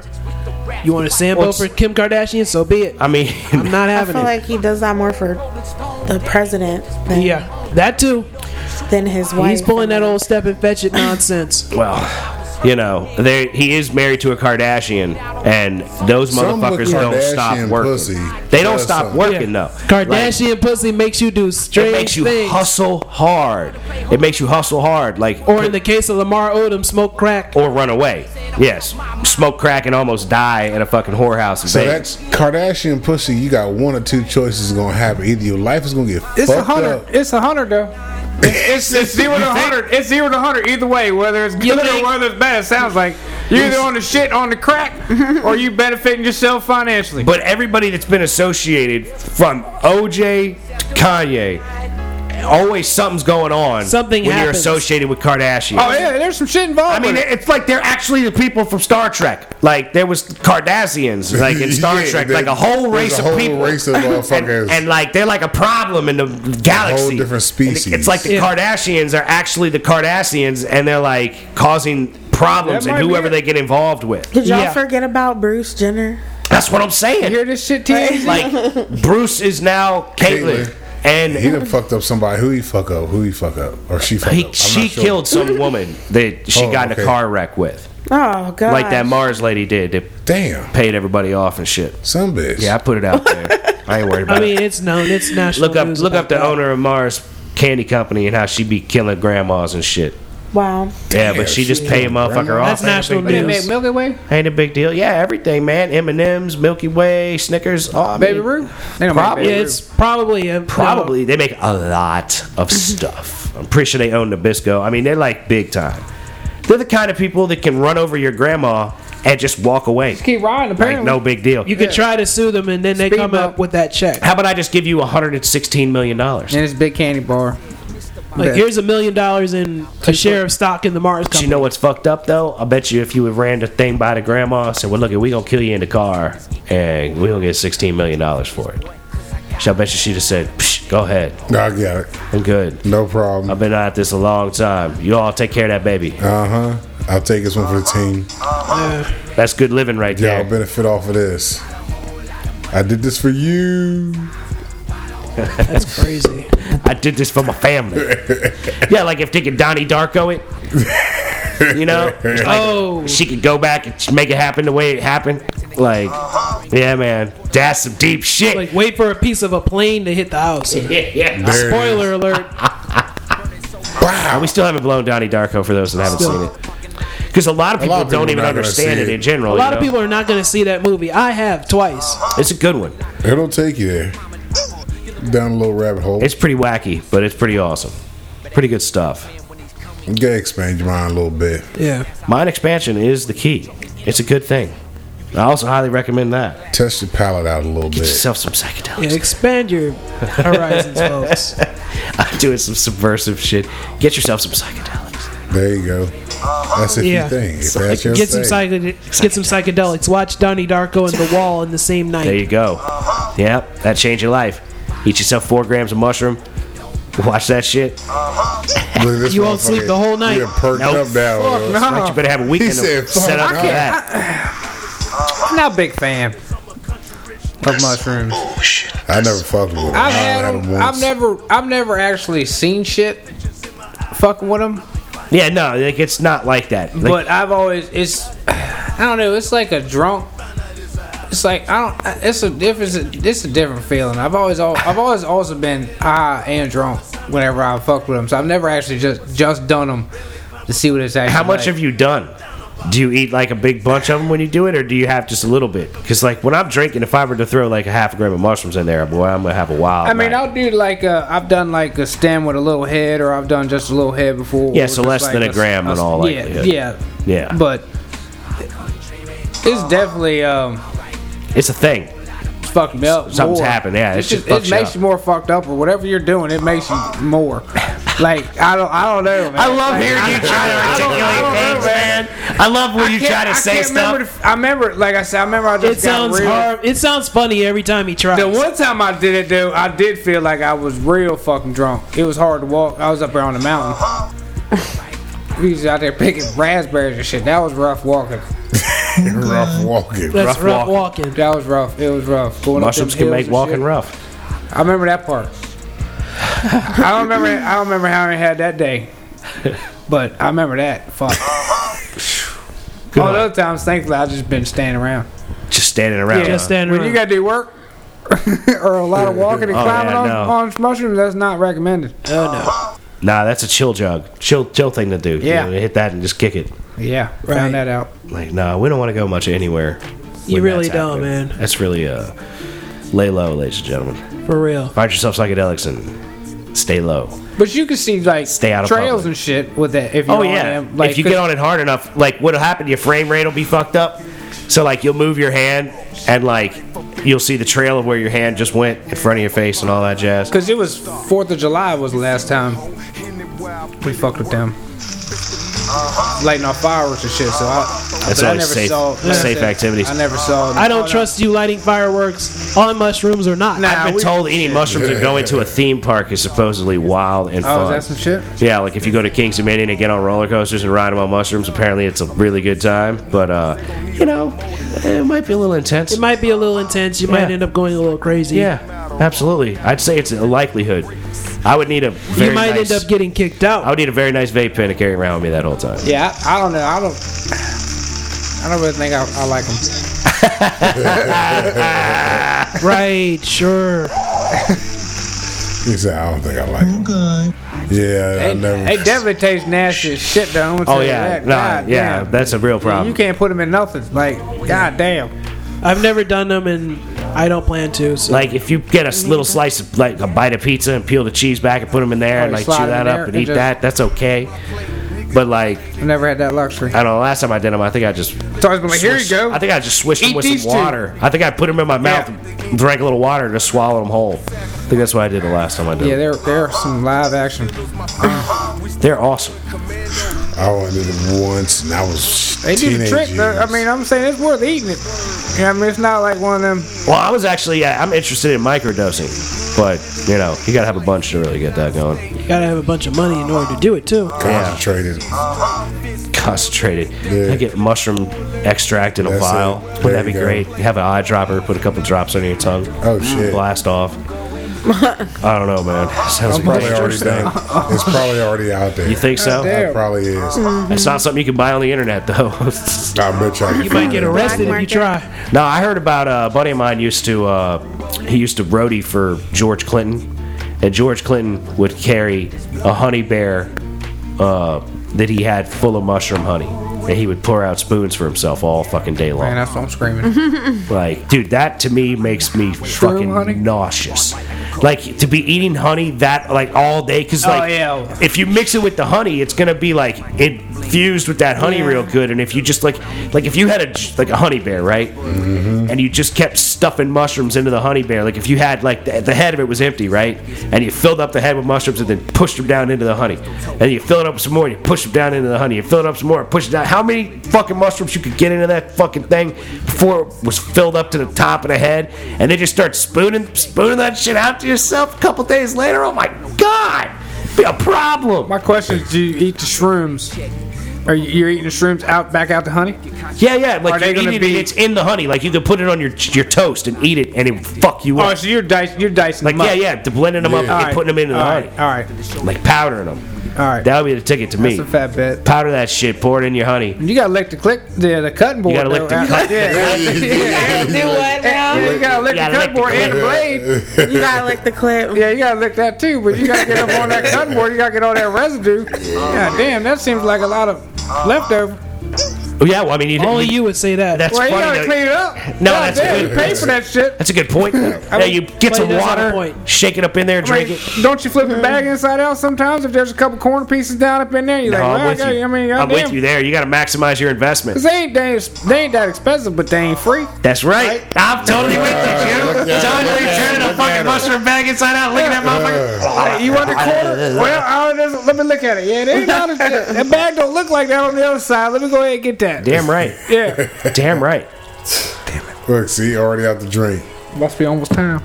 [SPEAKER 2] you want a Sambo
[SPEAKER 1] Well,
[SPEAKER 2] for Kim Kardashian? So be it.
[SPEAKER 1] I mean,
[SPEAKER 2] I'm not
[SPEAKER 4] I
[SPEAKER 2] having
[SPEAKER 4] feel
[SPEAKER 2] it.
[SPEAKER 4] like he does that more for the president than,
[SPEAKER 2] yeah, that too.
[SPEAKER 4] than his wife.
[SPEAKER 2] He's pulling that old step and fetch it nonsense.
[SPEAKER 1] well, you know, there he is married to a Kardashian, and those
[SPEAKER 3] Some look
[SPEAKER 1] motherfuckers don't
[SPEAKER 3] Kardashian
[SPEAKER 1] stop working.
[SPEAKER 3] pussy
[SPEAKER 1] They don't
[SPEAKER 3] does
[SPEAKER 1] stop
[SPEAKER 3] something.
[SPEAKER 1] working
[SPEAKER 2] Yeah.
[SPEAKER 1] though.
[SPEAKER 2] Kardashian pussy makes you do strange
[SPEAKER 1] it makes you
[SPEAKER 2] things.
[SPEAKER 1] hustle hard. It makes you hustle hard, like
[SPEAKER 2] Or in the case of Lamar Odom, smoke crack.
[SPEAKER 1] or run away. Yes, smoke crack and almost die in a fucking whorehouse. In
[SPEAKER 3] So
[SPEAKER 1] Vegas.
[SPEAKER 3] that's Kardashian pussy. You got one or two choices gonna happen. Either your life is gonna get
[SPEAKER 6] It's a
[SPEAKER 3] fucked
[SPEAKER 6] hundred.
[SPEAKER 3] up.
[SPEAKER 6] It's a hundred though. It's, it's zero to hundred. It's zero to hundred either way, whether it's
[SPEAKER 2] You
[SPEAKER 6] good or
[SPEAKER 2] think-
[SPEAKER 6] whether it's bad. It sounds like you're either on the shit on the crack or you benefiting yourself financially.
[SPEAKER 1] But everybody that's been associated from OJ to Kanye, always something's going on.
[SPEAKER 2] Something
[SPEAKER 1] when
[SPEAKER 2] happens.
[SPEAKER 1] you're associated with Kardashian.
[SPEAKER 6] oh yeah, there's some shit involved.
[SPEAKER 1] I mean,
[SPEAKER 6] with it.
[SPEAKER 1] it's like they're actually the people from Star Trek. Like there was Cardassians, like in Star
[SPEAKER 3] Yeah,
[SPEAKER 1] Trek,
[SPEAKER 3] there-
[SPEAKER 1] like a whole
[SPEAKER 3] there's
[SPEAKER 1] race
[SPEAKER 3] a
[SPEAKER 1] of
[SPEAKER 3] whole
[SPEAKER 1] people,
[SPEAKER 3] race of motherfuckers.
[SPEAKER 1] and, and, like they're like a problem in the galaxy,
[SPEAKER 3] whole different species.
[SPEAKER 1] And It's like the
[SPEAKER 2] Yeah.
[SPEAKER 1] Kardashians are actually the Kardashians, and they're like causing problems
[SPEAKER 6] That
[SPEAKER 1] in
[SPEAKER 6] might be
[SPEAKER 1] whoever
[SPEAKER 6] it.
[SPEAKER 1] they get involved with.
[SPEAKER 4] Did y'all
[SPEAKER 2] Yeah.
[SPEAKER 4] forget about Bruce Jenner?
[SPEAKER 1] That's what I'm saying.
[SPEAKER 6] hear this shit, T.
[SPEAKER 1] like Bruce is now Caitlyn,
[SPEAKER 3] Caitlyn.
[SPEAKER 1] and
[SPEAKER 3] He done fucked up somebody. Who he fuck up? Who he fuck up? Or she fuck up?
[SPEAKER 1] he,
[SPEAKER 3] I'm
[SPEAKER 1] she
[SPEAKER 3] not sure.
[SPEAKER 1] killed some woman that she
[SPEAKER 3] Oh,
[SPEAKER 1] got in
[SPEAKER 3] okay.
[SPEAKER 1] a car wreck with,
[SPEAKER 4] Oh god!
[SPEAKER 1] like that Mars lady did that
[SPEAKER 3] Damn,
[SPEAKER 1] paid everybody off and shit.
[SPEAKER 3] some bitch.
[SPEAKER 1] Yeah, I put it out there. I ain't worried about
[SPEAKER 2] I mean,
[SPEAKER 1] it.
[SPEAKER 2] it's known. It's national.
[SPEAKER 1] Look up,
[SPEAKER 2] news
[SPEAKER 1] look up
[SPEAKER 2] about
[SPEAKER 1] the
[SPEAKER 2] that.
[SPEAKER 1] owner of Mars Candy Company and how she be killing grandmas and shit.
[SPEAKER 4] Wow.
[SPEAKER 1] Yeah,
[SPEAKER 3] Damn,
[SPEAKER 1] but she just
[SPEAKER 3] she
[SPEAKER 1] pay a
[SPEAKER 3] is.
[SPEAKER 1] motherfucker
[SPEAKER 2] That's
[SPEAKER 1] off.
[SPEAKER 2] national
[SPEAKER 1] Ain't a,
[SPEAKER 6] They
[SPEAKER 1] big,
[SPEAKER 2] news.
[SPEAKER 6] make Milky Way,
[SPEAKER 1] ain't a big deal. Yeah, everything, man. M and M's, Milky Way, Snickers. Oh, I
[SPEAKER 6] Baby
[SPEAKER 1] mean,
[SPEAKER 6] Ruth. They don't make
[SPEAKER 1] Probably.
[SPEAKER 2] Yeah,
[SPEAKER 6] Baby Ruth.
[SPEAKER 2] it's probably a,
[SPEAKER 1] Probably they make a lot of stuff. I'm pretty sure they own Nabisco. I mean, they're like big time. They're the kind of people that can run over your grandma and just walk away.
[SPEAKER 6] keep riding.
[SPEAKER 1] Like
[SPEAKER 6] Apparently,
[SPEAKER 1] no big deal.
[SPEAKER 2] You could try to sue them, and then they
[SPEAKER 6] Speed
[SPEAKER 2] come
[SPEAKER 6] bump.
[SPEAKER 2] up with that check.
[SPEAKER 1] How about I just give you 116 million dollars?
[SPEAKER 6] and it's a big candy bar.
[SPEAKER 2] Like
[SPEAKER 6] Yeah.
[SPEAKER 2] here's a million dollars in a share of stock in the Mars
[SPEAKER 1] But
[SPEAKER 2] company.
[SPEAKER 1] you know what's fucked up though? I bet you if you would ran the thing by the grandma and said, Well look we gonna kill you in the car and we gonna get sixteen million dollars for it. So I bet you she'd have said, Psh, go ahead.
[SPEAKER 3] No, I got it.
[SPEAKER 1] I'm good.
[SPEAKER 3] No
[SPEAKER 1] I've
[SPEAKER 3] problem.
[SPEAKER 1] been at this a long time. You all take care of that baby.
[SPEAKER 3] Uh huh. I'll take this one for the team.
[SPEAKER 1] That's good living right
[SPEAKER 3] Y'all
[SPEAKER 1] there.
[SPEAKER 3] benefit off of this. I did this for you.
[SPEAKER 2] That's crazy.
[SPEAKER 1] I did this for my family. yeah, like if they could Donnie Darko it. You know? It's like
[SPEAKER 2] Oh.
[SPEAKER 1] She could go back and make it happen the way it happened. Like, yeah, man. That's some deep shit.
[SPEAKER 2] Like wait for a piece of a plane to hit the house.
[SPEAKER 1] yeah, yeah.
[SPEAKER 3] There it
[SPEAKER 2] Spoiler alert.
[SPEAKER 3] is. Wow.
[SPEAKER 1] We still haven't blown Donnie Darko for those that haven't
[SPEAKER 2] Still.
[SPEAKER 1] seen it. Because a lot of people,
[SPEAKER 3] lot of people
[SPEAKER 1] don't
[SPEAKER 3] are
[SPEAKER 1] even
[SPEAKER 3] not gonna
[SPEAKER 1] understand
[SPEAKER 3] see
[SPEAKER 1] it
[SPEAKER 3] it.
[SPEAKER 1] in general.
[SPEAKER 2] A lot of people are not going to see that movie. I have twice.
[SPEAKER 1] It's a good one.
[SPEAKER 3] It'll take you there. Down a little rabbit hole.
[SPEAKER 1] It's pretty wacky, but it's pretty awesome. Pretty good stuff.
[SPEAKER 3] You gotta expand your mind a little bit.
[SPEAKER 2] Yeah.
[SPEAKER 1] Mind expansion is the key. It's a good thing. I also highly recommend that.
[SPEAKER 3] Test your palate out a little
[SPEAKER 1] Get
[SPEAKER 3] bit.
[SPEAKER 1] yourself some psychedelics.
[SPEAKER 2] Yeah, expand your horizons, folks.
[SPEAKER 1] I'm doing some subversive shit. Get yourself some psychedelics.
[SPEAKER 3] There you go. That's if
[SPEAKER 2] Yeah.
[SPEAKER 3] you think. If that's your
[SPEAKER 2] Get some
[SPEAKER 3] thing.
[SPEAKER 2] psychedelics. Get some psychedelics. Watch Donnie Darko and The Wall in the same night.
[SPEAKER 1] There you go.
[SPEAKER 3] Uh-huh.
[SPEAKER 1] Yep, that changed your life. Eat yourself four grams of mushroom. Watch that shit.
[SPEAKER 3] Look, this
[SPEAKER 2] You won't sleep
[SPEAKER 3] motherfucker,
[SPEAKER 2] the whole night.
[SPEAKER 3] You done perked
[SPEAKER 1] Nope.
[SPEAKER 3] up now. yo.
[SPEAKER 1] Right, you better have a weekend to
[SPEAKER 3] Uh-huh. said, "Fuck,
[SPEAKER 1] set up for
[SPEAKER 3] I
[SPEAKER 1] that.
[SPEAKER 6] I'm not a big fan of mushrooms.
[SPEAKER 3] I never fucked with him.
[SPEAKER 6] I've had them. I've never, I've never actually seen shit fucking with them.
[SPEAKER 1] Yeah, no, like it's not like that. Like,
[SPEAKER 6] but I've always it's I don't know it's like a drunk it's like I don't it's a difference it's a different feeling I've always al- I've always also been high and drunk whenever I fuck with them so I've never actually just just done them to see what it's actually
[SPEAKER 1] How much
[SPEAKER 6] like.
[SPEAKER 1] have you done? Do you eat like a big bunch of them when you do it, or do you have just a little bit? Because like when I'm drinking, if I were to throw like a half a gram of mushrooms in there, boy, I'm gonna have a wild.
[SPEAKER 6] I mean,
[SPEAKER 1] night.
[SPEAKER 6] I'll do like a, I've done like a stem with a little head, or I've done just a little head before.
[SPEAKER 1] Yeah,
[SPEAKER 6] or
[SPEAKER 1] so
[SPEAKER 6] just
[SPEAKER 1] less than a gram
[SPEAKER 6] s-
[SPEAKER 1] in all
[SPEAKER 6] yeah,
[SPEAKER 1] likelihood.
[SPEAKER 6] yeah,
[SPEAKER 1] Yeah.
[SPEAKER 6] But it's definitely um,
[SPEAKER 1] it's a thing.
[SPEAKER 6] fucked me up.
[SPEAKER 1] Something's
[SPEAKER 6] more.
[SPEAKER 1] happened, yeah, it
[SPEAKER 6] It's
[SPEAKER 1] just
[SPEAKER 6] just,
[SPEAKER 1] fucks
[SPEAKER 6] it
[SPEAKER 1] you
[SPEAKER 6] makes
[SPEAKER 1] up.
[SPEAKER 6] you more fucked up, or whatever you're doing, it makes you more. Like I don't, I don't know. Man.
[SPEAKER 1] I love
[SPEAKER 6] Like,
[SPEAKER 1] hearing you try to
[SPEAKER 6] I don't- I don't
[SPEAKER 1] articulate
[SPEAKER 6] know,
[SPEAKER 1] things, man. I love when you
[SPEAKER 6] can't-
[SPEAKER 1] try to
[SPEAKER 6] I
[SPEAKER 1] say
[SPEAKER 6] can't remember
[SPEAKER 1] stuff.
[SPEAKER 6] the- I remember, like I said, I remember I just
[SPEAKER 2] It
[SPEAKER 6] got
[SPEAKER 2] sounds
[SPEAKER 6] real.
[SPEAKER 2] hard. It sounds funny every time he tries.
[SPEAKER 6] The one time I did it, though, I did feel like I was real fucking drunk. It was hard to walk. I was up there on the mountain. We was out there picking raspberries and shit. That was rough walking.
[SPEAKER 3] rough walking.
[SPEAKER 2] That's
[SPEAKER 1] rough
[SPEAKER 2] rough
[SPEAKER 1] walking.
[SPEAKER 2] walking.
[SPEAKER 6] That was rough. It was rough. Going up
[SPEAKER 1] Mushrooms
[SPEAKER 6] them
[SPEAKER 1] can
[SPEAKER 6] hills
[SPEAKER 1] make
[SPEAKER 6] and
[SPEAKER 1] walking
[SPEAKER 6] shit.
[SPEAKER 1] rough.
[SPEAKER 6] I remember that part. I don't remember. I don't remember how I had that day, but I remember that. Fuck. All the other times, thankfully, I've just been standing around.
[SPEAKER 1] Just standing around.
[SPEAKER 2] Just standing
[SPEAKER 6] When you
[SPEAKER 2] around.
[SPEAKER 6] gotta do work or a lot of walking and
[SPEAKER 1] Oh,
[SPEAKER 6] climbing
[SPEAKER 1] yeah,
[SPEAKER 6] on,
[SPEAKER 1] no.
[SPEAKER 6] on mushrooms, that's not recommended.
[SPEAKER 1] Nah, that's a chill jug. Chill, chill thing to do.
[SPEAKER 6] Yeah.
[SPEAKER 1] You know, hit that and just kick it.
[SPEAKER 6] Yeah,
[SPEAKER 2] Right.
[SPEAKER 6] found that out.
[SPEAKER 1] Like, nah, we don't want to go much anywhere.
[SPEAKER 2] You
[SPEAKER 1] when
[SPEAKER 2] really
[SPEAKER 1] that's happening.
[SPEAKER 2] don't, man.
[SPEAKER 1] That's really uh, lay low, ladies and gentlemen.
[SPEAKER 2] For real.
[SPEAKER 1] Find yourself psychedelics and stay low.
[SPEAKER 6] But you can see like
[SPEAKER 1] Stay out of
[SPEAKER 6] trails
[SPEAKER 1] public.
[SPEAKER 6] and shit with that. If you're
[SPEAKER 1] Oh
[SPEAKER 6] on
[SPEAKER 1] yeah.
[SPEAKER 6] them, like
[SPEAKER 1] if you
[SPEAKER 6] 'cause
[SPEAKER 1] get on it hard enough, like what'll happen, your frame rate will be fucked up. So like you'll move your hand and like you'll see the trail of where your hand just went in front of your face and all that jazz.
[SPEAKER 6] Cause it was Fourth of July was the last time we fucked with them,
[SPEAKER 3] Uh-huh.
[SPEAKER 6] lighting off fireworks and shit. So I,
[SPEAKER 1] That's
[SPEAKER 6] but I
[SPEAKER 1] always
[SPEAKER 6] never
[SPEAKER 1] safe-
[SPEAKER 6] saw
[SPEAKER 1] safe activities.
[SPEAKER 6] I never saw.
[SPEAKER 2] I don't trust you lighting fireworks on mushrooms or not.
[SPEAKER 6] Nah,
[SPEAKER 1] I've been
[SPEAKER 6] we-
[SPEAKER 1] told eating mushrooms and going to a theme park is supposedly wild and
[SPEAKER 6] Oh,
[SPEAKER 1] fun.
[SPEAKER 6] is that some shit?
[SPEAKER 1] Yeah, like if you go to Kings Dominion and get on roller coasters and ride them on mushrooms, apparently it's a really good time. But uh, you know, it might be a little intense.
[SPEAKER 2] It might be a little intense. You might
[SPEAKER 1] Yeah.
[SPEAKER 2] end up going a little crazy.
[SPEAKER 1] yeah, absolutely. I'd say it's a likelihood. I would need a very
[SPEAKER 2] You might
[SPEAKER 1] nice,
[SPEAKER 2] end up getting kicked
[SPEAKER 1] I
[SPEAKER 2] out.
[SPEAKER 1] would need a very nice vape pen to carry around with me that whole time.
[SPEAKER 6] Yeah, I, I don't know. I don't. I don't really think I, I like them.
[SPEAKER 2] right, sure.
[SPEAKER 3] He said, I don't think I like him. Yeah, I
[SPEAKER 6] They,
[SPEAKER 3] never.
[SPEAKER 6] they definitely taste nasty as shit though. I'm gonna
[SPEAKER 1] Oh
[SPEAKER 6] tell you
[SPEAKER 1] yeah,
[SPEAKER 6] that.
[SPEAKER 1] no,
[SPEAKER 6] God
[SPEAKER 1] yeah,
[SPEAKER 6] damn.
[SPEAKER 1] that's a real problem.
[SPEAKER 6] You can't put them in nothing. Like, god damn.
[SPEAKER 2] I've never done them, and I don't plan to. So.
[SPEAKER 1] like if you get a s- little slice of like a bite of pizza and peel the cheese back and put them in there and
[SPEAKER 6] Oh,
[SPEAKER 1] like chew
[SPEAKER 6] slide 'em in
[SPEAKER 1] that
[SPEAKER 6] there
[SPEAKER 1] up and
[SPEAKER 6] and
[SPEAKER 1] eat
[SPEAKER 6] just-
[SPEAKER 1] that, that's okay. But like
[SPEAKER 6] I've never had that luxury.
[SPEAKER 1] I don't know, last time I did them, I think I just
[SPEAKER 6] It's always been like, here you
[SPEAKER 1] swished-
[SPEAKER 6] go.
[SPEAKER 1] I think I just swished them
[SPEAKER 6] Eat
[SPEAKER 1] with
[SPEAKER 6] these two.
[SPEAKER 1] some water. I think I put them in my mouth, and drank a little water, and just swallowed them whole. I think that's what I did the last time I did.
[SPEAKER 6] yeah,
[SPEAKER 1] Yeah,
[SPEAKER 6] there, there are some live action.
[SPEAKER 1] they're, awesome.
[SPEAKER 3] I only did it once, and I was
[SPEAKER 6] They do the
[SPEAKER 3] teenage
[SPEAKER 6] trick. Though. I
[SPEAKER 3] years.
[SPEAKER 6] mean, uh, I'm saying it's worth eating it. You know, what I mean, it's not like one of them.
[SPEAKER 1] Well, I was actually yeah, I'm interested in microdosing, but you know you gotta have a bunch to really get that going.
[SPEAKER 2] You gotta have a bunch of money in order to do it too.
[SPEAKER 3] concentrated.
[SPEAKER 1] Concentrated.
[SPEAKER 3] Yeah.
[SPEAKER 1] I get mushroom extract in a
[SPEAKER 3] That's
[SPEAKER 1] vial.
[SPEAKER 3] it.
[SPEAKER 1] Wouldn't
[SPEAKER 3] There
[SPEAKER 1] that be
[SPEAKER 3] you go.
[SPEAKER 1] great? Have an eyedropper, put a couple drops under your tongue.
[SPEAKER 3] Oh, shit.
[SPEAKER 1] Blast off. I don't know, man. Sounds
[SPEAKER 3] It's probably already Oh,
[SPEAKER 1] dangerous.
[SPEAKER 3] done. It's probably already out there.
[SPEAKER 1] You think so?
[SPEAKER 6] damn.
[SPEAKER 3] It probably is.
[SPEAKER 1] It's not something you can buy on the internet though.
[SPEAKER 3] I bet you.
[SPEAKER 2] You might get arrested if you
[SPEAKER 4] market.
[SPEAKER 2] try.
[SPEAKER 1] No, I heard about uh, a buddy of mine used to uh, he used to roadie for George Clinton, and George Clinton would carry a honey bear uh, that he had full of mushroom honey, and he would pour out spoons for himself all fucking day long.
[SPEAKER 6] Man, that's what I'm screaming.
[SPEAKER 1] Like, dude, that to me makes me fucking
[SPEAKER 6] honey?
[SPEAKER 1] nauseous. Like to be eating honey that like all day because
[SPEAKER 6] Oh,
[SPEAKER 1] like
[SPEAKER 6] yeah.
[SPEAKER 1] if you mix it with the honey, it's gonna be like it infused with that honey
[SPEAKER 4] Yeah.
[SPEAKER 1] real good. And if you just like, like if you had a j- like a honey bear, right, and you just kept stuffing mushrooms into the honey bear, like if you had like the, the head of it was empty, right, and you filled up the head with mushrooms and then pushed them down into the honey, and you fill it up some more, and you push them down into the honey, you fill it up some more, and push it down. How many fucking mushrooms you could get into that fucking thing before it was filled up to the top of the head, and then just start spooning spooning that shit out to yourself a couple days later? Oh my god, be a problem.
[SPEAKER 6] My question is, do you eat the shrooms? Are you you're eating the shrooms out back out the honey?
[SPEAKER 1] Yeah, yeah.
[SPEAKER 6] Are
[SPEAKER 1] Like
[SPEAKER 6] they
[SPEAKER 1] you're
[SPEAKER 6] gonna
[SPEAKER 1] eating
[SPEAKER 6] be-
[SPEAKER 1] it, it's in the honey. Like you could put it on your your toast and eat it, and it would fuck you
[SPEAKER 6] Oh,
[SPEAKER 1] up.
[SPEAKER 6] so you're dicing, you're dicing
[SPEAKER 1] like
[SPEAKER 6] them
[SPEAKER 1] yeah,
[SPEAKER 6] up.
[SPEAKER 1] yeah. To blending them up
[SPEAKER 6] All
[SPEAKER 1] and
[SPEAKER 6] right,
[SPEAKER 1] putting them into the
[SPEAKER 6] all
[SPEAKER 1] honey,
[SPEAKER 6] right, all right,
[SPEAKER 1] like powdering them.
[SPEAKER 6] all right.
[SPEAKER 1] That would be the ticket to me.
[SPEAKER 6] That's a fat bet.
[SPEAKER 1] Powder that shit. Pour it in your honey.
[SPEAKER 6] You gotta lick the click, the, the cutting board.
[SPEAKER 1] gotta lick
[SPEAKER 6] though.
[SPEAKER 1] the cut-
[SPEAKER 6] Yeah, yeah, yeah.
[SPEAKER 4] Do what now?
[SPEAKER 6] You gotta lick
[SPEAKER 1] You gotta
[SPEAKER 6] the
[SPEAKER 1] lick
[SPEAKER 6] cutting
[SPEAKER 1] the
[SPEAKER 6] board and the
[SPEAKER 1] clip.
[SPEAKER 6] blade.
[SPEAKER 4] You gotta lick the clip.
[SPEAKER 6] Yeah, you gotta lick that too, but you gotta get up on that cutting board. You gotta get all that residue. God damn, that seems like a lot of leftover.
[SPEAKER 1] Oh, yeah, well, I mean, you didn't-
[SPEAKER 2] Only you would say that.
[SPEAKER 1] That's
[SPEAKER 6] Well, you
[SPEAKER 1] funny.
[SPEAKER 6] gotta
[SPEAKER 1] Though.
[SPEAKER 6] clean it up.
[SPEAKER 1] No,
[SPEAKER 6] God
[SPEAKER 1] that's
[SPEAKER 6] damn,
[SPEAKER 1] good.
[SPEAKER 6] You pay for that shit.
[SPEAKER 1] That's a good point. yeah, you get some
[SPEAKER 2] Buddy does have a
[SPEAKER 1] water,
[SPEAKER 2] point.
[SPEAKER 1] shake it up in there, drink
[SPEAKER 6] Like,
[SPEAKER 1] it.
[SPEAKER 6] don't you flip the bag
[SPEAKER 4] Mm.
[SPEAKER 6] inside out sometimes if there's a couple corner pieces down up in there? You're
[SPEAKER 1] No,
[SPEAKER 6] like,
[SPEAKER 1] I'm
[SPEAKER 6] well,
[SPEAKER 1] with
[SPEAKER 6] okay,
[SPEAKER 1] you.
[SPEAKER 6] I mean,
[SPEAKER 1] I'm
[SPEAKER 6] goddamn.
[SPEAKER 1] with you there. You got to maximize your investment.
[SPEAKER 6] Cause they ain't, they, ain't, they ain't that expensive, but they ain't free.
[SPEAKER 1] That's right. I'm totally with you,
[SPEAKER 3] Look
[SPEAKER 1] Jim.
[SPEAKER 3] at
[SPEAKER 1] Totally
[SPEAKER 3] that.
[SPEAKER 1] turning a
[SPEAKER 3] Look at
[SPEAKER 1] fucking
[SPEAKER 3] it.
[SPEAKER 1] mustard bag inside out, licking that motherfucker.
[SPEAKER 6] Hey, you want the quarter? Well, I don't- let me look at it. Yeah, it ain't not as- that bag don't look like that on the other side. Let me go ahead and get that.
[SPEAKER 1] Damn right.
[SPEAKER 6] Yeah,
[SPEAKER 1] Damn right.
[SPEAKER 3] Look, see, already out the drink.
[SPEAKER 6] must be almost time.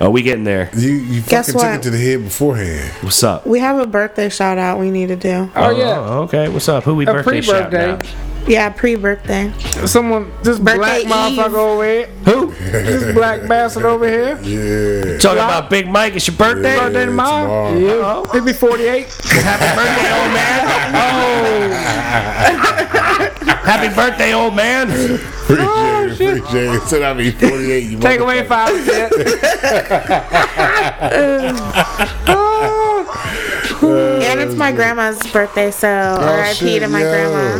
[SPEAKER 1] Oh, we getting there.
[SPEAKER 3] You you
[SPEAKER 4] Guess
[SPEAKER 3] fucking took
[SPEAKER 4] what?
[SPEAKER 3] it to the head beforehand.
[SPEAKER 1] What's up?
[SPEAKER 4] We have a birthday shout out we need to do.
[SPEAKER 6] Oh yeah,
[SPEAKER 1] okay. What's up? Who we
[SPEAKER 6] a
[SPEAKER 1] birthday shout
[SPEAKER 6] pre-birthday.
[SPEAKER 1] out?
[SPEAKER 4] Yeah, pre birthday.
[SPEAKER 6] Someone, this black
[SPEAKER 4] Birthday
[SPEAKER 6] motherfucker
[SPEAKER 4] Eve.
[SPEAKER 6] over here,
[SPEAKER 1] Who?
[SPEAKER 6] this black bastard over here.
[SPEAKER 3] Yeah.
[SPEAKER 1] Talking about Big Mike. It's your birthday.
[SPEAKER 6] Birthday
[SPEAKER 1] Uh-huh.
[SPEAKER 6] tomorrow.
[SPEAKER 3] tomorrow.
[SPEAKER 6] Yeah, it'd be 48. Oh.
[SPEAKER 1] Happy birthday, old man.
[SPEAKER 3] Appreciate it. Appreciate it. Said I mean 48. You
[SPEAKER 6] Oh, Take
[SPEAKER 3] motherfucker.
[SPEAKER 6] away five percent.
[SPEAKER 4] And it's my grandma's birthday, so
[SPEAKER 3] Oh,
[SPEAKER 4] RIP
[SPEAKER 3] shit,
[SPEAKER 4] to my
[SPEAKER 3] yo.
[SPEAKER 4] grandma.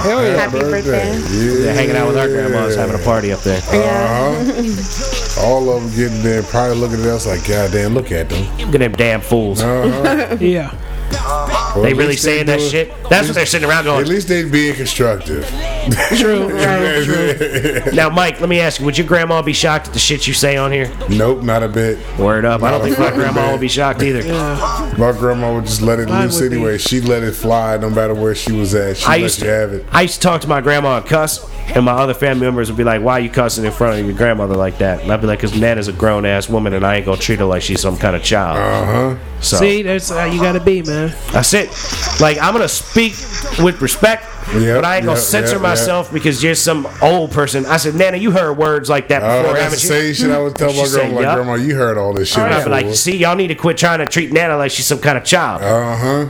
[SPEAKER 6] Hell yeah.
[SPEAKER 4] Happy birthday.
[SPEAKER 3] Yeah.
[SPEAKER 1] They're hanging out with our grandmas, having a party up there.
[SPEAKER 3] Uh-huh. All of them getting there, probably looking at us like, God damn, look at them.
[SPEAKER 1] Look at them damn fools.
[SPEAKER 3] Uh-huh.
[SPEAKER 2] yeah.
[SPEAKER 3] Well,
[SPEAKER 1] They
[SPEAKER 3] at
[SPEAKER 1] really
[SPEAKER 3] least
[SPEAKER 1] saying that
[SPEAKER 3] doing-
[SPEAKER 1] shit? That's what they're sitting around
[SPEAKER 3] At
[SPEAKER 1] going.
[SPEAKER 3] least they being constructive.
[SPEAKER 1] Now, Mike, let me ask you: Would your grandma be shocked at the shit you say on here?
[SPEAKER 3] nope, not a bit.
[SPEAKER 1] Word up! I don't
[SPEAKER 3] Not a
[SPEAKER 1] think my
[SPEAKER 3] fucking
[SPEAKER 1] grandma
[SPEAKER 3] bit.
[SPEAKER 1] would be shocked either.
[SPEAKER 3] My grandma would just let it
[SPEAKER 2] Mine
[SPEAKER 3] loose
[SPEAKER 2] would be-
[SPEAKER 3] anyway. She let it fly no matter where she was at. She
[SPEAKER 1] I
[SPEAKER 3] let
[SPEAKER 1] used
[SPEAKER 3] you have it.
[SPEAKER 1] to, I used to talk to my grandma and cuss, and my other family members would be like, "Why are you cussing in front of your grandmother like that?" And I'd be like, "Cause Nana's a grown ass woman, and I ain't gonna treat her like she's some kind of child."
[SPEAKER 3] Uh huh.
[SPEAKER 1] So
[SPEAKER 2] See, that's how you gotta be, man.
[SPEAKER 1] That's it. Like I'm gonna speak with respect,
[SPEAKER 3] Yep,
[SPEAKER 1] but I ain't gonna
[SPEAKER 3] yep,
[SPEAKER 1] censor
[SPEAKER 3] yep,
[SPEAKER 1] myself because you're some old person. I said, Nana, you heard words like that
[SPEAKER 3] Oh,
[SPEAKER 1] before,
[SPEAKER 3] that's
[SPEAKER 1] haven't
[SPEAKER 3] the
[SPEAKER 1] you?
[SPEAKER 3] same shit I would tell
[SPEAKER 1] She
[SPEAKER 3] my
[SPEAKER 1] said,
[SPEAKER 3] grandma. Like,
[SPEAKER 1] yup.
[SPEAKER 3] grandma, you heard all this shit.
[SPEAKER 1] And I'd be
[SPEAKER 3] before.
[SPEAKER 1] like, see, y'all need to quit trying to treat Nana like she's some kind of child.
[SPEAKER 3] uh huh.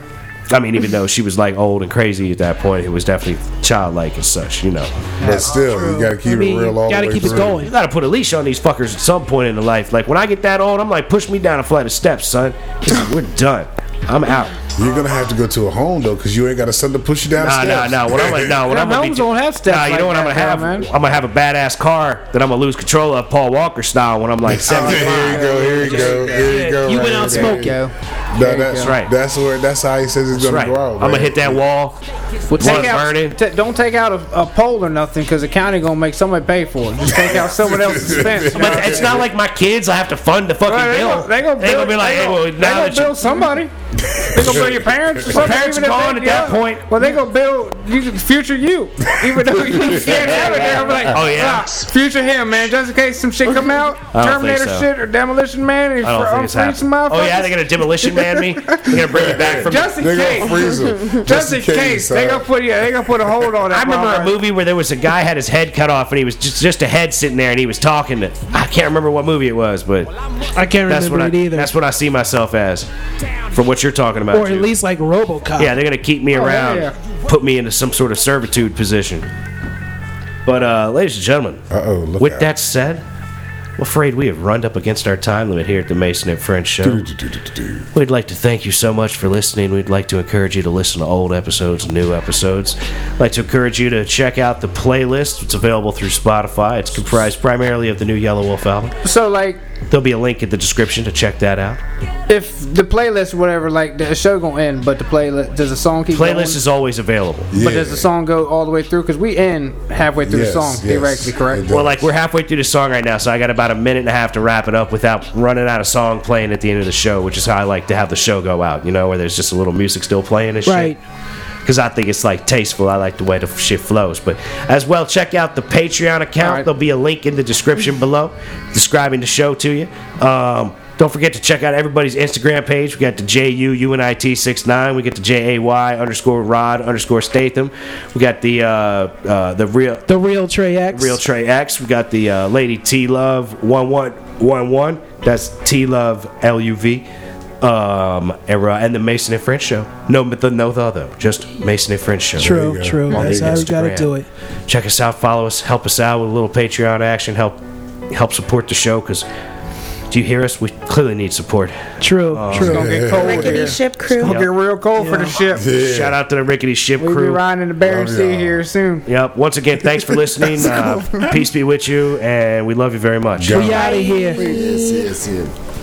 [SPEAKER 1] I mean, even though she was like old and crazy at that point, it was definitely childlike and such, you know.
[SPEAKER 3] But still, you gotta keep
[SPEAKER 2] I mean,
[SPEAKER 3] it real all
[SPEAKER 2] you gotta
[SPEAKER 3] the way
[SPEAKER 2] keep
[SPEAKER 3] through.
[SPEAKER 2] it going.
[SPEAKER 1] You gotta put a leash on these fuckers at some point in the life. Like when I get that old, I'm like, push me down a flight of steps, son. We're done. I'm out.
[SPEAKER 3] You're gonna have to go to a home though, because you ain't got a son to push you down.
[SPEAKER 1] Nah, nah,
[SPEAKER 3] steps.
[SPEAKER 1] nah. What I'm gonna, nah, what
[SPEAKER 6] Yeah,
[SPEAKER 1] I'm gonna
[SPEAKER 6] homes
[SPEAKER 1] be,
[SPEAKER 6] don't have steps
[SPEAKER 1] Nah, you
[SPEAKER 6] like
[SPEAKER 1] know what I'm
[SPEAKER 6] that
[SPEAKER 1] gonna have?
[SPEAKER 6] now, man.
[SPEAKER 1] I'm gonna have a badass car that I'm gonna lose control of, Paul Walker style, when I'm like
[SPEAKER 3] Okay,
[SPEAKER 1] 75.
[SPEAKER 3] here you go, here you go, here you go.
[SPEAKER 2] You
[SPEAKER 3] right
[SPEAKER 2] went out
[SPEAKER 3] there.
[SPEAKER 2] smoking.
[SPEAKER 3] No, that's
[SPEAKER 1] go.
[SPEAKER 3] right. That's where. That's how he says he's
[SPEAKER 1] That's
[SPEAKER 3] gonna
[SPEAKER 1] right.
[SPEAKER 3] go out.
[SPEAKER 1] I'm gonna hit that wall.
[SPEAKER 6] Well, take
[SPEAKER 1] Blood burning.
[SPEAKER 6] out, t- don't take out a, a pole or nothing because the county gonna make somebody pay for it. Just take out someone else's expense. you know what
[SPEAKER 1] But
[SPEAKER 6] I'm
[SPEAKER 1] it's
[SPEAKER 6] saying?
[SPEAKER 1] not like my kids. I have to fund the fucking
[SPEAKER 6] Well, they
[SPEAKER 1] bill.
[SPEAKER 6] gonna, they gonna
[SPEAKER 1] They
[SPEAKER 6] build,
[SPEAKER 1] be like,
[SPEAKER 6] they
[SPEAKER 1] hey,
[SPEAKER 6] gonna,
[SPEAKER 1] well,
[SPEAKER 6] they
[SPEAKER 1] now
[SPEAKER 6] gonna
[SPEAKER 1] that you-
[SPEAKER 6] build somebody. They gonna build your parents. Or something,
[SPEAKER 1] parents
[SPEAKER 6] even if
[SPEAKER 1] are
[SPEAKER 6] they-
[SPEAKER 1] gone at that
[SPEAKER 6] yeah.
[SPEAKER 1] point.
[SPEAKER 6] Well, they gonna build you, future you, even though you can't have it. They're gonna be like,
[SPEAKER 1] Oh, yeah.
[SPEAKER 6] "Ah, future him, man. Just in case some shit come out,
[SPEAKER 1] think
[SPEAKER 6] Terminator
[SPEAKER 1] so.
[SPEAKER 6] shit or Demolition Man, if
[SPEAKER 1] I don't think it's happening. Oh yeah, they're gonna demolition man me. They're gonna bring me back from.
[SPEAKER 6] Just in
[SPEAKER 3] They're gonna
[SPEAKER 6] case.
[SPEAKER 3] freeze him.
[SPEAKER 6] Just in case, they gonna put yeah, they gonna put a hold on that.
[SPEAKER 1] I remember
[SPEAKER 6] motherfucker.
[SPEAKER 1] a movie where there was a guy had his head cut off and he was just just a head sitting there and he was talking to. I can't remember what movie it was, but
[SPEAKER 2] I can't
[SPEAKER 1] that's
[SPEAKER 2] remember
[SPEAKER 1] what I,
[SPEAKER 2] it either.
[SPEAKER 1] that's what I see myself as, from what you're talking about.
[SPEAKER 2] or at
[SPEAKER 1] Jude.
[SPEAKER 2] least Oh, like RoboCop.
[SPEAKER 1] Yeah, they're gonna keep me around,
[SPEAKER 6] yeah.
[SPEAKER 1] put me into some sort of servitude position. But uh, ladies and gentlemen,
[SPEAKER 3] Uh oh, look
[SPEAKER 1] with
[SPEAKER 3] out.
[SPEAKER 1] that said, I'm afraid we have run up against our time limit here at the Mason and French Show. We'd like to thank you so much for listening. We'd like to encourage you to listen to old episodes, new episodes. I'd like to encourage you to check out the playlist. It's available through Spotify. It's comprised primarily of the new Yellow Wolf album.
[SPEAKER 6] So like,
[SPEAKER 1] There'll be a link in the description to check that out.
[SPEAKER 6] if the playlist, whatever, like the show gonna end, but the playlist does the song keep going?
[SPEAKER 1] Playlist is always available.
[SPEAKER 6] But does the song go all the way through? Because we end halfway through
[SPEAKER 3] Yes,
[SPEAKER 6] the song
[SPEAKER 3] yes,
[SPEAKER 6] theoretically,
[SPEAKER 3] it
[SPEAKER 6] correct?
[SPEAKER 3] does.
[SPEAKER 1] Well, like we're halfway through the song right now, so I got about a minute and a half to wrap it up without running out of song playing at the end of the show, which is how I like to have the show go out. You know, where there's just a little music still playing and
[SPEAKER 2] Right.
[SPEAKER 1] shit. Because I think it's like tasteful. I like the way the shit flows. But as well, check out the Patreon account.
[SPEAKER 6] All right.
[SPEAKER 1] There'll be a link in the description below describing the show to you. Um, don't forget to check out everybody's Instagram page. We got the JUUNIT69. We got the JAY underscore Rod underscore Statham. We got the uh, uh, the real
[SPEAKER 2] The real Trey X.
[SPEAKER 1] Real Trey X. We got the uh, Lady T Love one one one one. That's T Love L U V. Um, era and the Mason and French show. No, but the no the though. Just Mason and French show.
[SPEAKER 3] There
[SPEAKER 2] True,
[SPEAKER 3] you go.
[SPEAKER 2] true.
[SPEAKER 3] On
[SPEAKER 2] That's
[SPEAKER 3] the
[SPEAKER 2] how we gotta do it.
[SPEAKER 1] Check us out. Follow us. Help us out with a little Patreon action. Help help support the show because. Do you hear us? We clearly need support.
[SPEAKER 2] True,
[SPEAKER 1] Uh,
[SPEAKER 2] true.
[SPEAKER 6] Gonna get cold
[SPEAKER 4] Rickety
[SPEAKER 6] here.
[SPEAKER 4] ship crew.
[SPEAKER 6] Oh, Gonna get real cold for the ship.
[SPEAKER 3] Yeah.
[SPEAKER 1] Shout out to the Rickety Ship
[SPEAKER 6] We be
[SPEAKER 1] crew.
[SPEAKER 6] riding in the Bering
[SPEAKER 3] Oh,
[SPEAKER 6] Sea
[SPEAKER 3] yeah.
[SPEAKER 6] here soon.
[SPEAKER 1] Yep. Once again, thanks for listening. Uh, peace be with you, and we love you very much.
[SPEAKER 3] Go.
[SPEAKER 2] We out of here.
[SPEAKER 3] Yes, yes, yes.